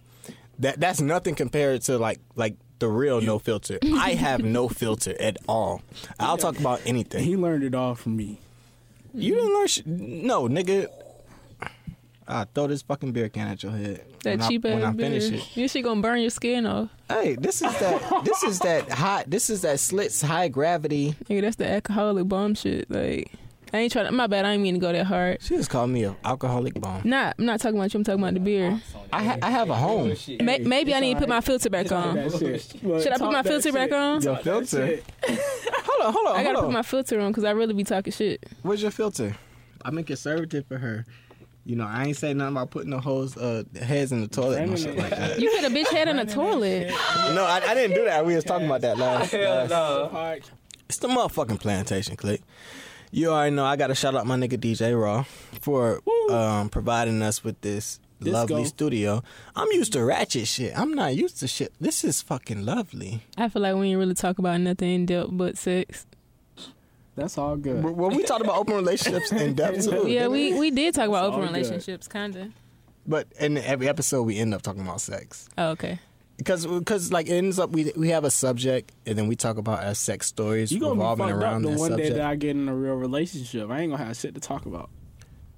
Speaker 1: that that's nothing compared to, like, like the real no filter. I have no filter at all. I'll talk about anything.
Speaker 2: he learned it all from me.
Speaker 1: You didn't learn shit. No, nigga. I throw this fucking beer can at your head.
Speaker 3: That
Speaker 1: when
Speaker 3: cheap
Speaker 1: I, when
Speaker 3: ass
Speaker 1: I finish
Speaker 3: beer.
Speaker 1: it.
Speaker 3: You she gonna burn your skin off.
Speaker 1: Hey, this is that. this is that hot. This is that slits high gravity.
Speaker 3: Nigga, that's the alcoholic bomb shit. Like I ain't trying. To, my bad. I ain't mean to go that hard.
Speaker 1: She just called me an alcoholic bomb.
Speaker 3: Not. I'm not talking about you. I'm talking about the beer.
Speaker 1: I ha- I have a home.
Speaker 3: May, maybe I need to put my filter back on.
Speaker 2: That shit. Look,
Speaker 3: Should I put
Speaker 2: talk
Speaker 3: my
Speaker 2: that
Speaker 3: filter back
Speaker 2: shit.
Speaker 3: on?
Speaker 1: Your filter. hold on, hold on,
Speaker 3: I gotta
Speaker 1: hold
Speaker 3: put
Speaker 1: on.
Speaker 3: my filter on because I really be talking shit.
Speaker 1: Where's your filter? I'm a conservative for her. You know, I ain't saying nothing about putting the hoes uh, heads in the toilet and shit like that.
Speaker 3: You hit a bitch head in the toilet.
Speaker 1: (laughs) No, I, I didn't do that. We was talking about that last.
Speaker 5: Hell
Speaker 1: last-
Speaker 5: no.
Speaker 2: Alright.
Speaker 1: It's the motherfucking plantation, click. You already know. I gotta shout out my nigga DJ Raw for um, providing us with this
Speaker 2: Disco.
Speaker 1: lovely studio. I'm used to ratchet shit. I'm not used to shit. This is fucking lovely.
Speaker 3: I feel like we ain't really talk about nothing in depth but sex.
Speaker 2: That's all good.
Speaker 1: Well, we talked about open relationships in depth too.
Speaker 3: Yeah, we, we did talk about
Speaker 2: It's all
Speaker 3: open
Speaker 2: good.
Speaker 3: relationships, kinda.
Speaker 1: But in every episode, we end up talking about sex
Speaker 3: Oh, okay.
Speaker 1: because because like it ends up we we have a subject and then we talk about our sex stories
Speaker 2: You gonna be
Speaker 1: revolving
Speaker 2: fucked up
Speaker 1: around
Speaker 2: the
Speaker 1: that
Speaker 2: one
Speaker 1: subject.
Speaker 2: day that I get in a real relationship. I ain't gonna have shit to talk about.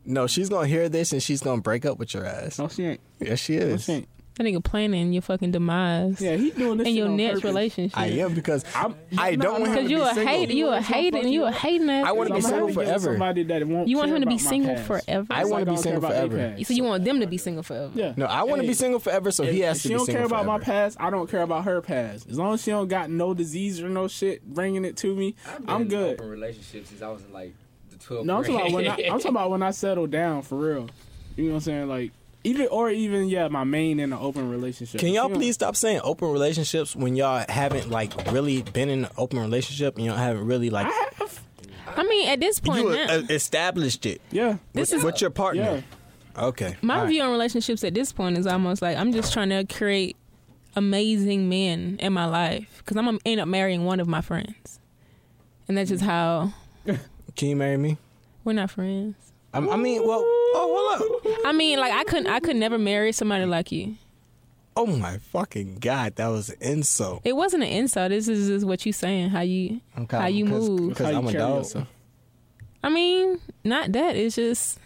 Speaker 1: No, she's gonna hear this and she's gonna break up with your ass.
Speaker 2: No, she ain't.
Speaker 1: Yes, she
Speaker 2: No,
Speaker 1: is.
Speaker 2: she ain't.
Speaker 3: That nigga planning your fucking demise.
Speaker 2: Yeah, he doing this.
Speaker 3: And
Speaker 2: shit
Speaker 3: your
Speaker 2: on
Speaker 3: next
Speaker 2: purpose.
Speaker 3: relationship.
Speaker 1: I am because
Speaker 2: I'm-
Speaker 1: I
Speaker 2: no,
Speaker 1: don't want
Speaker 2: no,
Speaker 1: him
Speaker 3: Cause
Speaker 1: to
Speaker 3: you
Speaker 1: be
Speaker 3: a
Speaker 1: single.
Speaker 3: hate, you a
Speaker 2: That's what I'm
Speaker 3: hating,
Speaker 2: fucking
Speaker 3: you a
Speaker 2: about.
Speaker 3: hating ass.
Speaker 1: I wanna be
Speaker 2: I'm
Speaker 1: single
Speaker 2: happy to get with
Speaker 1: forever.
Speaker 2: Somebody that won't
Speaker 3: You want
Speaker 2: care
Speaker 3: him to be
Speaker 2: about my
Speaker 3: single
Speaker 2: past.
Speaker 3: forever?
Speaker 1: I wanna
Speaker 2: It's like
Speaker 1: be
Speaker 2: don't
Speaker 1: single
Speaker 2: care about
Speaker 1: forever.
Speaker 2: their past.
Speaker 3: So you want them to be single forever.
Speaker 2: Yeah.
Speaker 1: No, I want to
Speaker 2: Hey,
Speaker 1: be single forever, so he
Speaker 2: if-
Speaker 1: has
Speaker 2: if
Speaker 1: to
Speaker 2: she
Speaker 1: be
Speaker 2: don't
Speaker 1: single
Speaker 2: care about my
Speaker 1: forever.
Speaker 2: past. I don't care about her past. As long as she don't got no disease or no shit bringing it to me, I'm good.
Speaker 5: Open relationships since I was in like the 12th
Speaker 2: No, I'm talking about
Speaker 5: grade.
Speaker 2: when
Speaker 5: (laughs)
Speaker 2: I, I'm talking about when I settle down for real. You know what I'm saying? Like even or even yeah, my main in an open relationship.
Speaker 1: Can
Speaker 2: If
Speaker 1: y'all
Speaker 2: she don't-
Speaker 1: please stop saying open relationships when y'all haven't like e-, really been in an open relationship and y'all haven't really like
Speaker 2: I have.
Speaker 3: I, I mean, at this point
Speaker 4: You
Speaker 3: now,
Speaker 4: uh, established it
Speaker 2: Yeah.
Speaker 3: this
Speaker 4: with,
Speaker 3: is
Speaker 4: with your
Speaker 2: Yeah.
Speaker 4: partner. Okay.
Speaker 3: my
Speaker 4: All right.
Speaker 3: view on relationships at this point is almost like I'm just trying to create amazing men in my life because I'm gonna end up marrying one of my friends, and that's just how
Speaker 1: Can you marry me?
Speaker 3: we're not friends.
Speaker 1: I, I mean, well, oh, hold up.
Speaker 3: (laughs) I mean, like I couldn't, I could never marry somebody like you.
Speaker 1: Oh my fucking god, that was an insult.
Speaker 3: It wasn't an insult. This is just what you saying. How you, how you move.
Speaker 1: Because I'm a
Speaker 2: carry
Speaker 1: dog.
Speaker 2: yourself.
Speaker 3: I mean, not that. It's just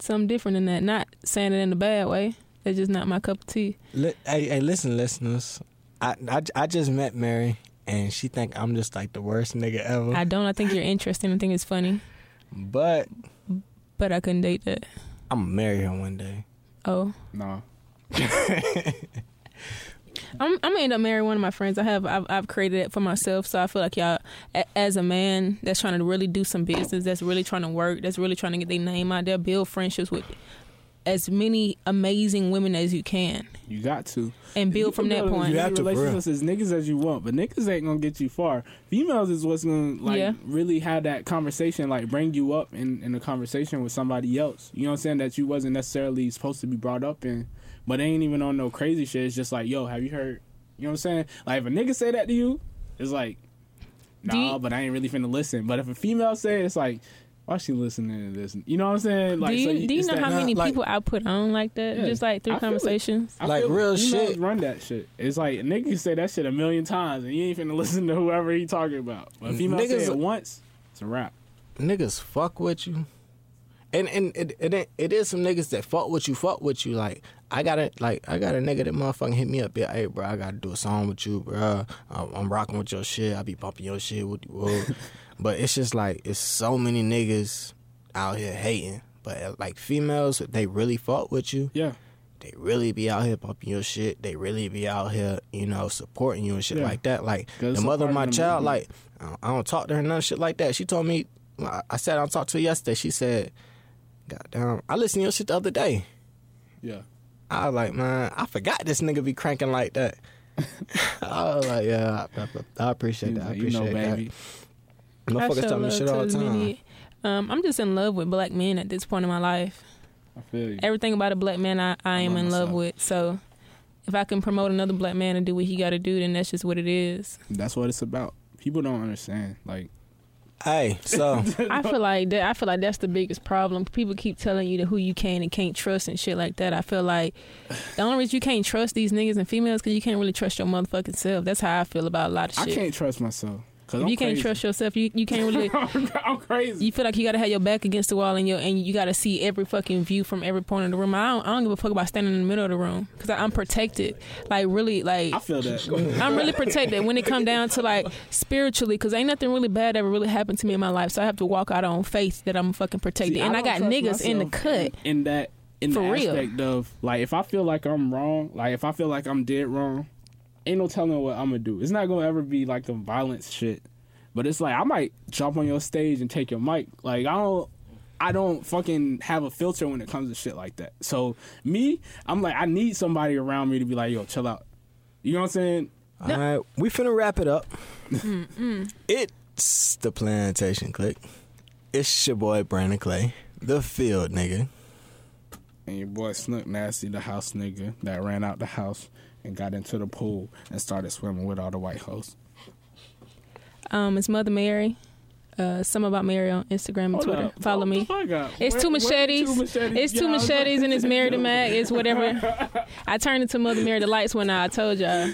Speaker 3: something different than that. Not saying it in a bad way. That's just not my cup of tea.
Speaker 1: Li- hey, hey, listen, listeners. I, I, I just met Mary, and she think I'm just like the worst nigga ever.
Speaker 3: I don't. I think you're interesting. I think it's funny,
Speaker 1: but
Speaker 3: but I couldn't date that.
Speaker 1: I'm gonna marry her one day.
Speaker 3: Oh,
Speaker 2: No.
Speaker 3: I'm, I'm gonna end up marrying one of my friends. I have. I've, I've created it for myself, so I feel like y'all, a, as a man that's trying to really do some business, that's really trying to work, that's really trying to get their name out there, build friendships with as many amazing women as you can,
Speaker 2: You got to.
Speaker 3: and
Speaker 2: You
Speaker 3: build from
Speaker 2: can
Speaker 3: that
Speaker 2: build as
Speaker 3: point.
Speaker 2: many
Speaker 1: have to, for real.
Speaker 2: relationships as niggas as you want, but niggas ain't gonna get you far. Females is what's gonna like
Speaker 3: Yeah.
Speaker 2: really have that conversation, like bring you up in in a conversation with somebody else. You know what I'm saying? That you wasn't necessarily supposed to be brought up in, but they ain't even on no crazy shit. It's just like, yo, have you heard? You know what I'm saying? Like if a nigga say that to you, it's like,
Speaker 3: Do
Speaker 2: nah,
Speaker 3: you-
Speaker 2: but I ain't really finna listen. But if a female say it, it's like, why she listening to this? You know what I'm saying? Like,
Speaker 3: do you,
Speaker 2: so
Speaker 3: do you
Speaker 2: it's
Speaker 3: know
Speaker 2: that-
Speaker 3: how
Speaker 1: nah,
Speaker 3: many
Speaker 1: like-
Speaker 3: people I put on like that?
Speaker 2: Yeah,
Speaker 3: Just like
Speaker 2: I
Speaker 3: through
Speaker 2: feel it.
Speaker 3: conversations.
Speaker 2: I
Speaker 1: Like,
Speaker 2: feel
Speaker 1: real
Speaker 2: females
Speaker 1: shit.
Speaker 2: Run that shit. It's like niggas say that shit a million times, and you ain't finna (laughs) listen to whoever he talking about. But if female
Speaker 1: Niggas-
Speaker 2: say it once, it's a wrap.
Speaker 1: Niggas fuck with you, and and it it, ain't- it is some niggas that fuck with you, fuck with you. Like I got a like I got a nigga that motherfucking hit me up, yeah, hey bro, I gotta do a song with you, bro. I'm, I'm rocking with your shit, I be bumping your shit with you. whoa. but it's just like it's so many niggas out here hating, but uh, like females, if they really fuck with you.
Speaker 2: Yeah,
Speaker 1: they really be out here bumping your shit. They really be out here, you know, supporting you and shit
Speaker 2: Yeah.
Speaker 1: like that. Like
Speaker 2: 'Cause it's
Speaker 1: the
Speaker 2: a
Speaker 1: mother of
Speaker 2: part
Speaker 1: my
Speaker 2: of the
Speaker 1: child, like
Speaker 2: movement.
Speaker 1: I don't, I don't talk to her none of shit like that. She told me, I I sat down and talked to her yesterday. She said, "God damn, I listened to your shit the other day."
Speaker 2: yeah.
Speaker 1: I was like, man, I forgot this nigga be cranking like that. (laughs) I was like, yeah, I, I- I appreciate that. I
Speaker 2: you know,
Speaker 1: appreciate
Speaker 2: baby.
Speaker 1: that.
Speaker 3: I
Speaker 1: Motherfuckers
Speaker 3: show
Speaker 1: tell me
Speaker 3: love
Speaker 1: shit
Speaker 3: to
Speaker 1: all the
Speaker 3: as
Speaker 1: time.
Speaker 3: many- Um, I'm just in love with black men at this point in my life.
Speaker 2: I feel you.
Speaker 3: Everything about a black man, I, I am
Speaker 1: love
Speaker 3: in love
Speaker 1: myself.
Speaker 3: with. So if I can promote another black man and do what he got to do, then that's just what it is.
Speaker 2: That's what it's about. People don't understand. Like,
Speaker 1: Hey, so
Speaker 3: I feel like that. I feel like that's the biggest problem. People keep telling you that who you can and can't trust and shit like that. I feel like the only reason you can't trust these niggas and females because you can't really trust your motherfucking self. That's how I feel about a lot of
Speaker 2: I
Speaker 3: shit.
Speaker 2: can't trust myself because
Speaker 3: if
Speaker 2: I'm
Speaker 3: you can't
Speaker 2: crazy. (laughs)
Speaker 3: trust yourself, you, you can't really
Speaker 2: I'm crazy.
Speaker 3: you feel like you gotta have your back against the wall and your and you gotta see every fucking view from every point of the room. I don't, I don't give a fuck about standing in the middle of the room because I'm protected. Like really, like
Speaker 2: I feel that.
Speaker 3: I'm really protected when it come down to like spiritually because ain't nothing really bad ever really happened to me in my life. So I have to walk out on faith that I'm fucking protected.
Speaker 2: See,
Speaker 3: and I,
Speaker 2: don't
Speaker 3: got
Speaker 2: trust
Speaker 3: niggas in the
Speaker 2: myself
Speaker 3: cut.
Speaker 2: in, in that in
Speaker 3: For
Speaker 2: the
Speaker 3: real.
Speaker 2: aspect of like if I feel like I'm wrong, like if I feel like I'm dead wrong, ain't no telling what I'm gonna do. It's not gonna ever be like a violence shit, but it's like I might jump on your stage and take your mic. Like I don't. I don't fucking have a filter when it comes to shit like that. So me, I'm like, I need somebody around me to be like, yo, chill out. You know what I'm saying?
Speaker 1: all right, we finna wrap it up. It's the plantation click. It's your boy Brandon Clay, the field nigga.
Speaker 2: And your boy Snook Nasty, the house nigga that ran out the house and got into the pool and started swimming with all the white hoes.
Speaker 3: Um, it's Mother Mary. Uh, some about Mary on Instagram and
Speaker 2: Hold
Speaker 3: Twitter.
Speaker 2: up.
Speaker 3: Follow
Speaker 2: What
Speaker 3: me.
Speaker 2: the fuck up?
Speaker 3: It's
Speaker 2: Where-
Speaker 3: two
Speaker 2: where the
Speaker 3: machetes. It's two
Speaker 2: Yeah, I was like-
Speaker 3: machetes
Speaker 2: (laughs)
Speaker 3: and it's Mary to Mac. It's whatever. I turned into Mother Mary the lights when I told y'all.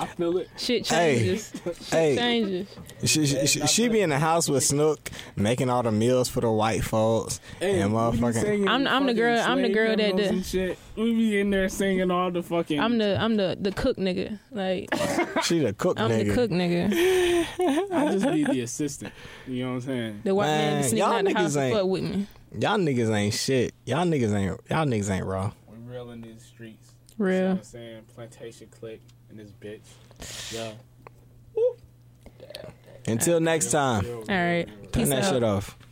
Speaker 2: I feel it.
Speaker 3: Shit
Speaker 1: Hey.
Speaker 3: changes. Shit
Speaker 1: Hey.
Speaker 3: changes.
Speaker 1: She, she, she, she be in the house with Snook, making all the meals for the white folks and motherfucking.
Speaker 3: I'm- I'm the girl- I'm the girl that did-
Speaker 2: did. We be in there singing all the fucking.
Speaker 3: I'm the I'm the the cook nigga. Like
Speaker 1: She the cook
Speaker 3: I'm
Speaker 1: nigga.
Speaker 3: the cook nigga.
Speaker 2: I just need
Speaker 3: (laughs)
Speaker 2: the assistant. You know what I'm saying?
Speaker 3: The white man,
Speaker 1: Man,
Speaker 3: sneaking
Speaker 1: y'all
Speaker 3: out the house
Speaker 1: niggas
Speaker 3: to
Speaker 1: ain't-
Speaker 3: fuck with me.
Speaker 1: Y'all niggas ain't shit. Y'all niggas ain't. Y'all niggas ain't raw.
Speaker 2: We're real in these streets. You know what
Speaker 3: Real.
Speaker 2: I'm saying? Plantation click and this bitch. Yeah.
Speaker 1: Until next time,
Speaker 3: All right.
Speaker 1: turn
Speaker 3: Peace
Speaker 1: that
Speaker 3: out.
Speaker 1: shit off.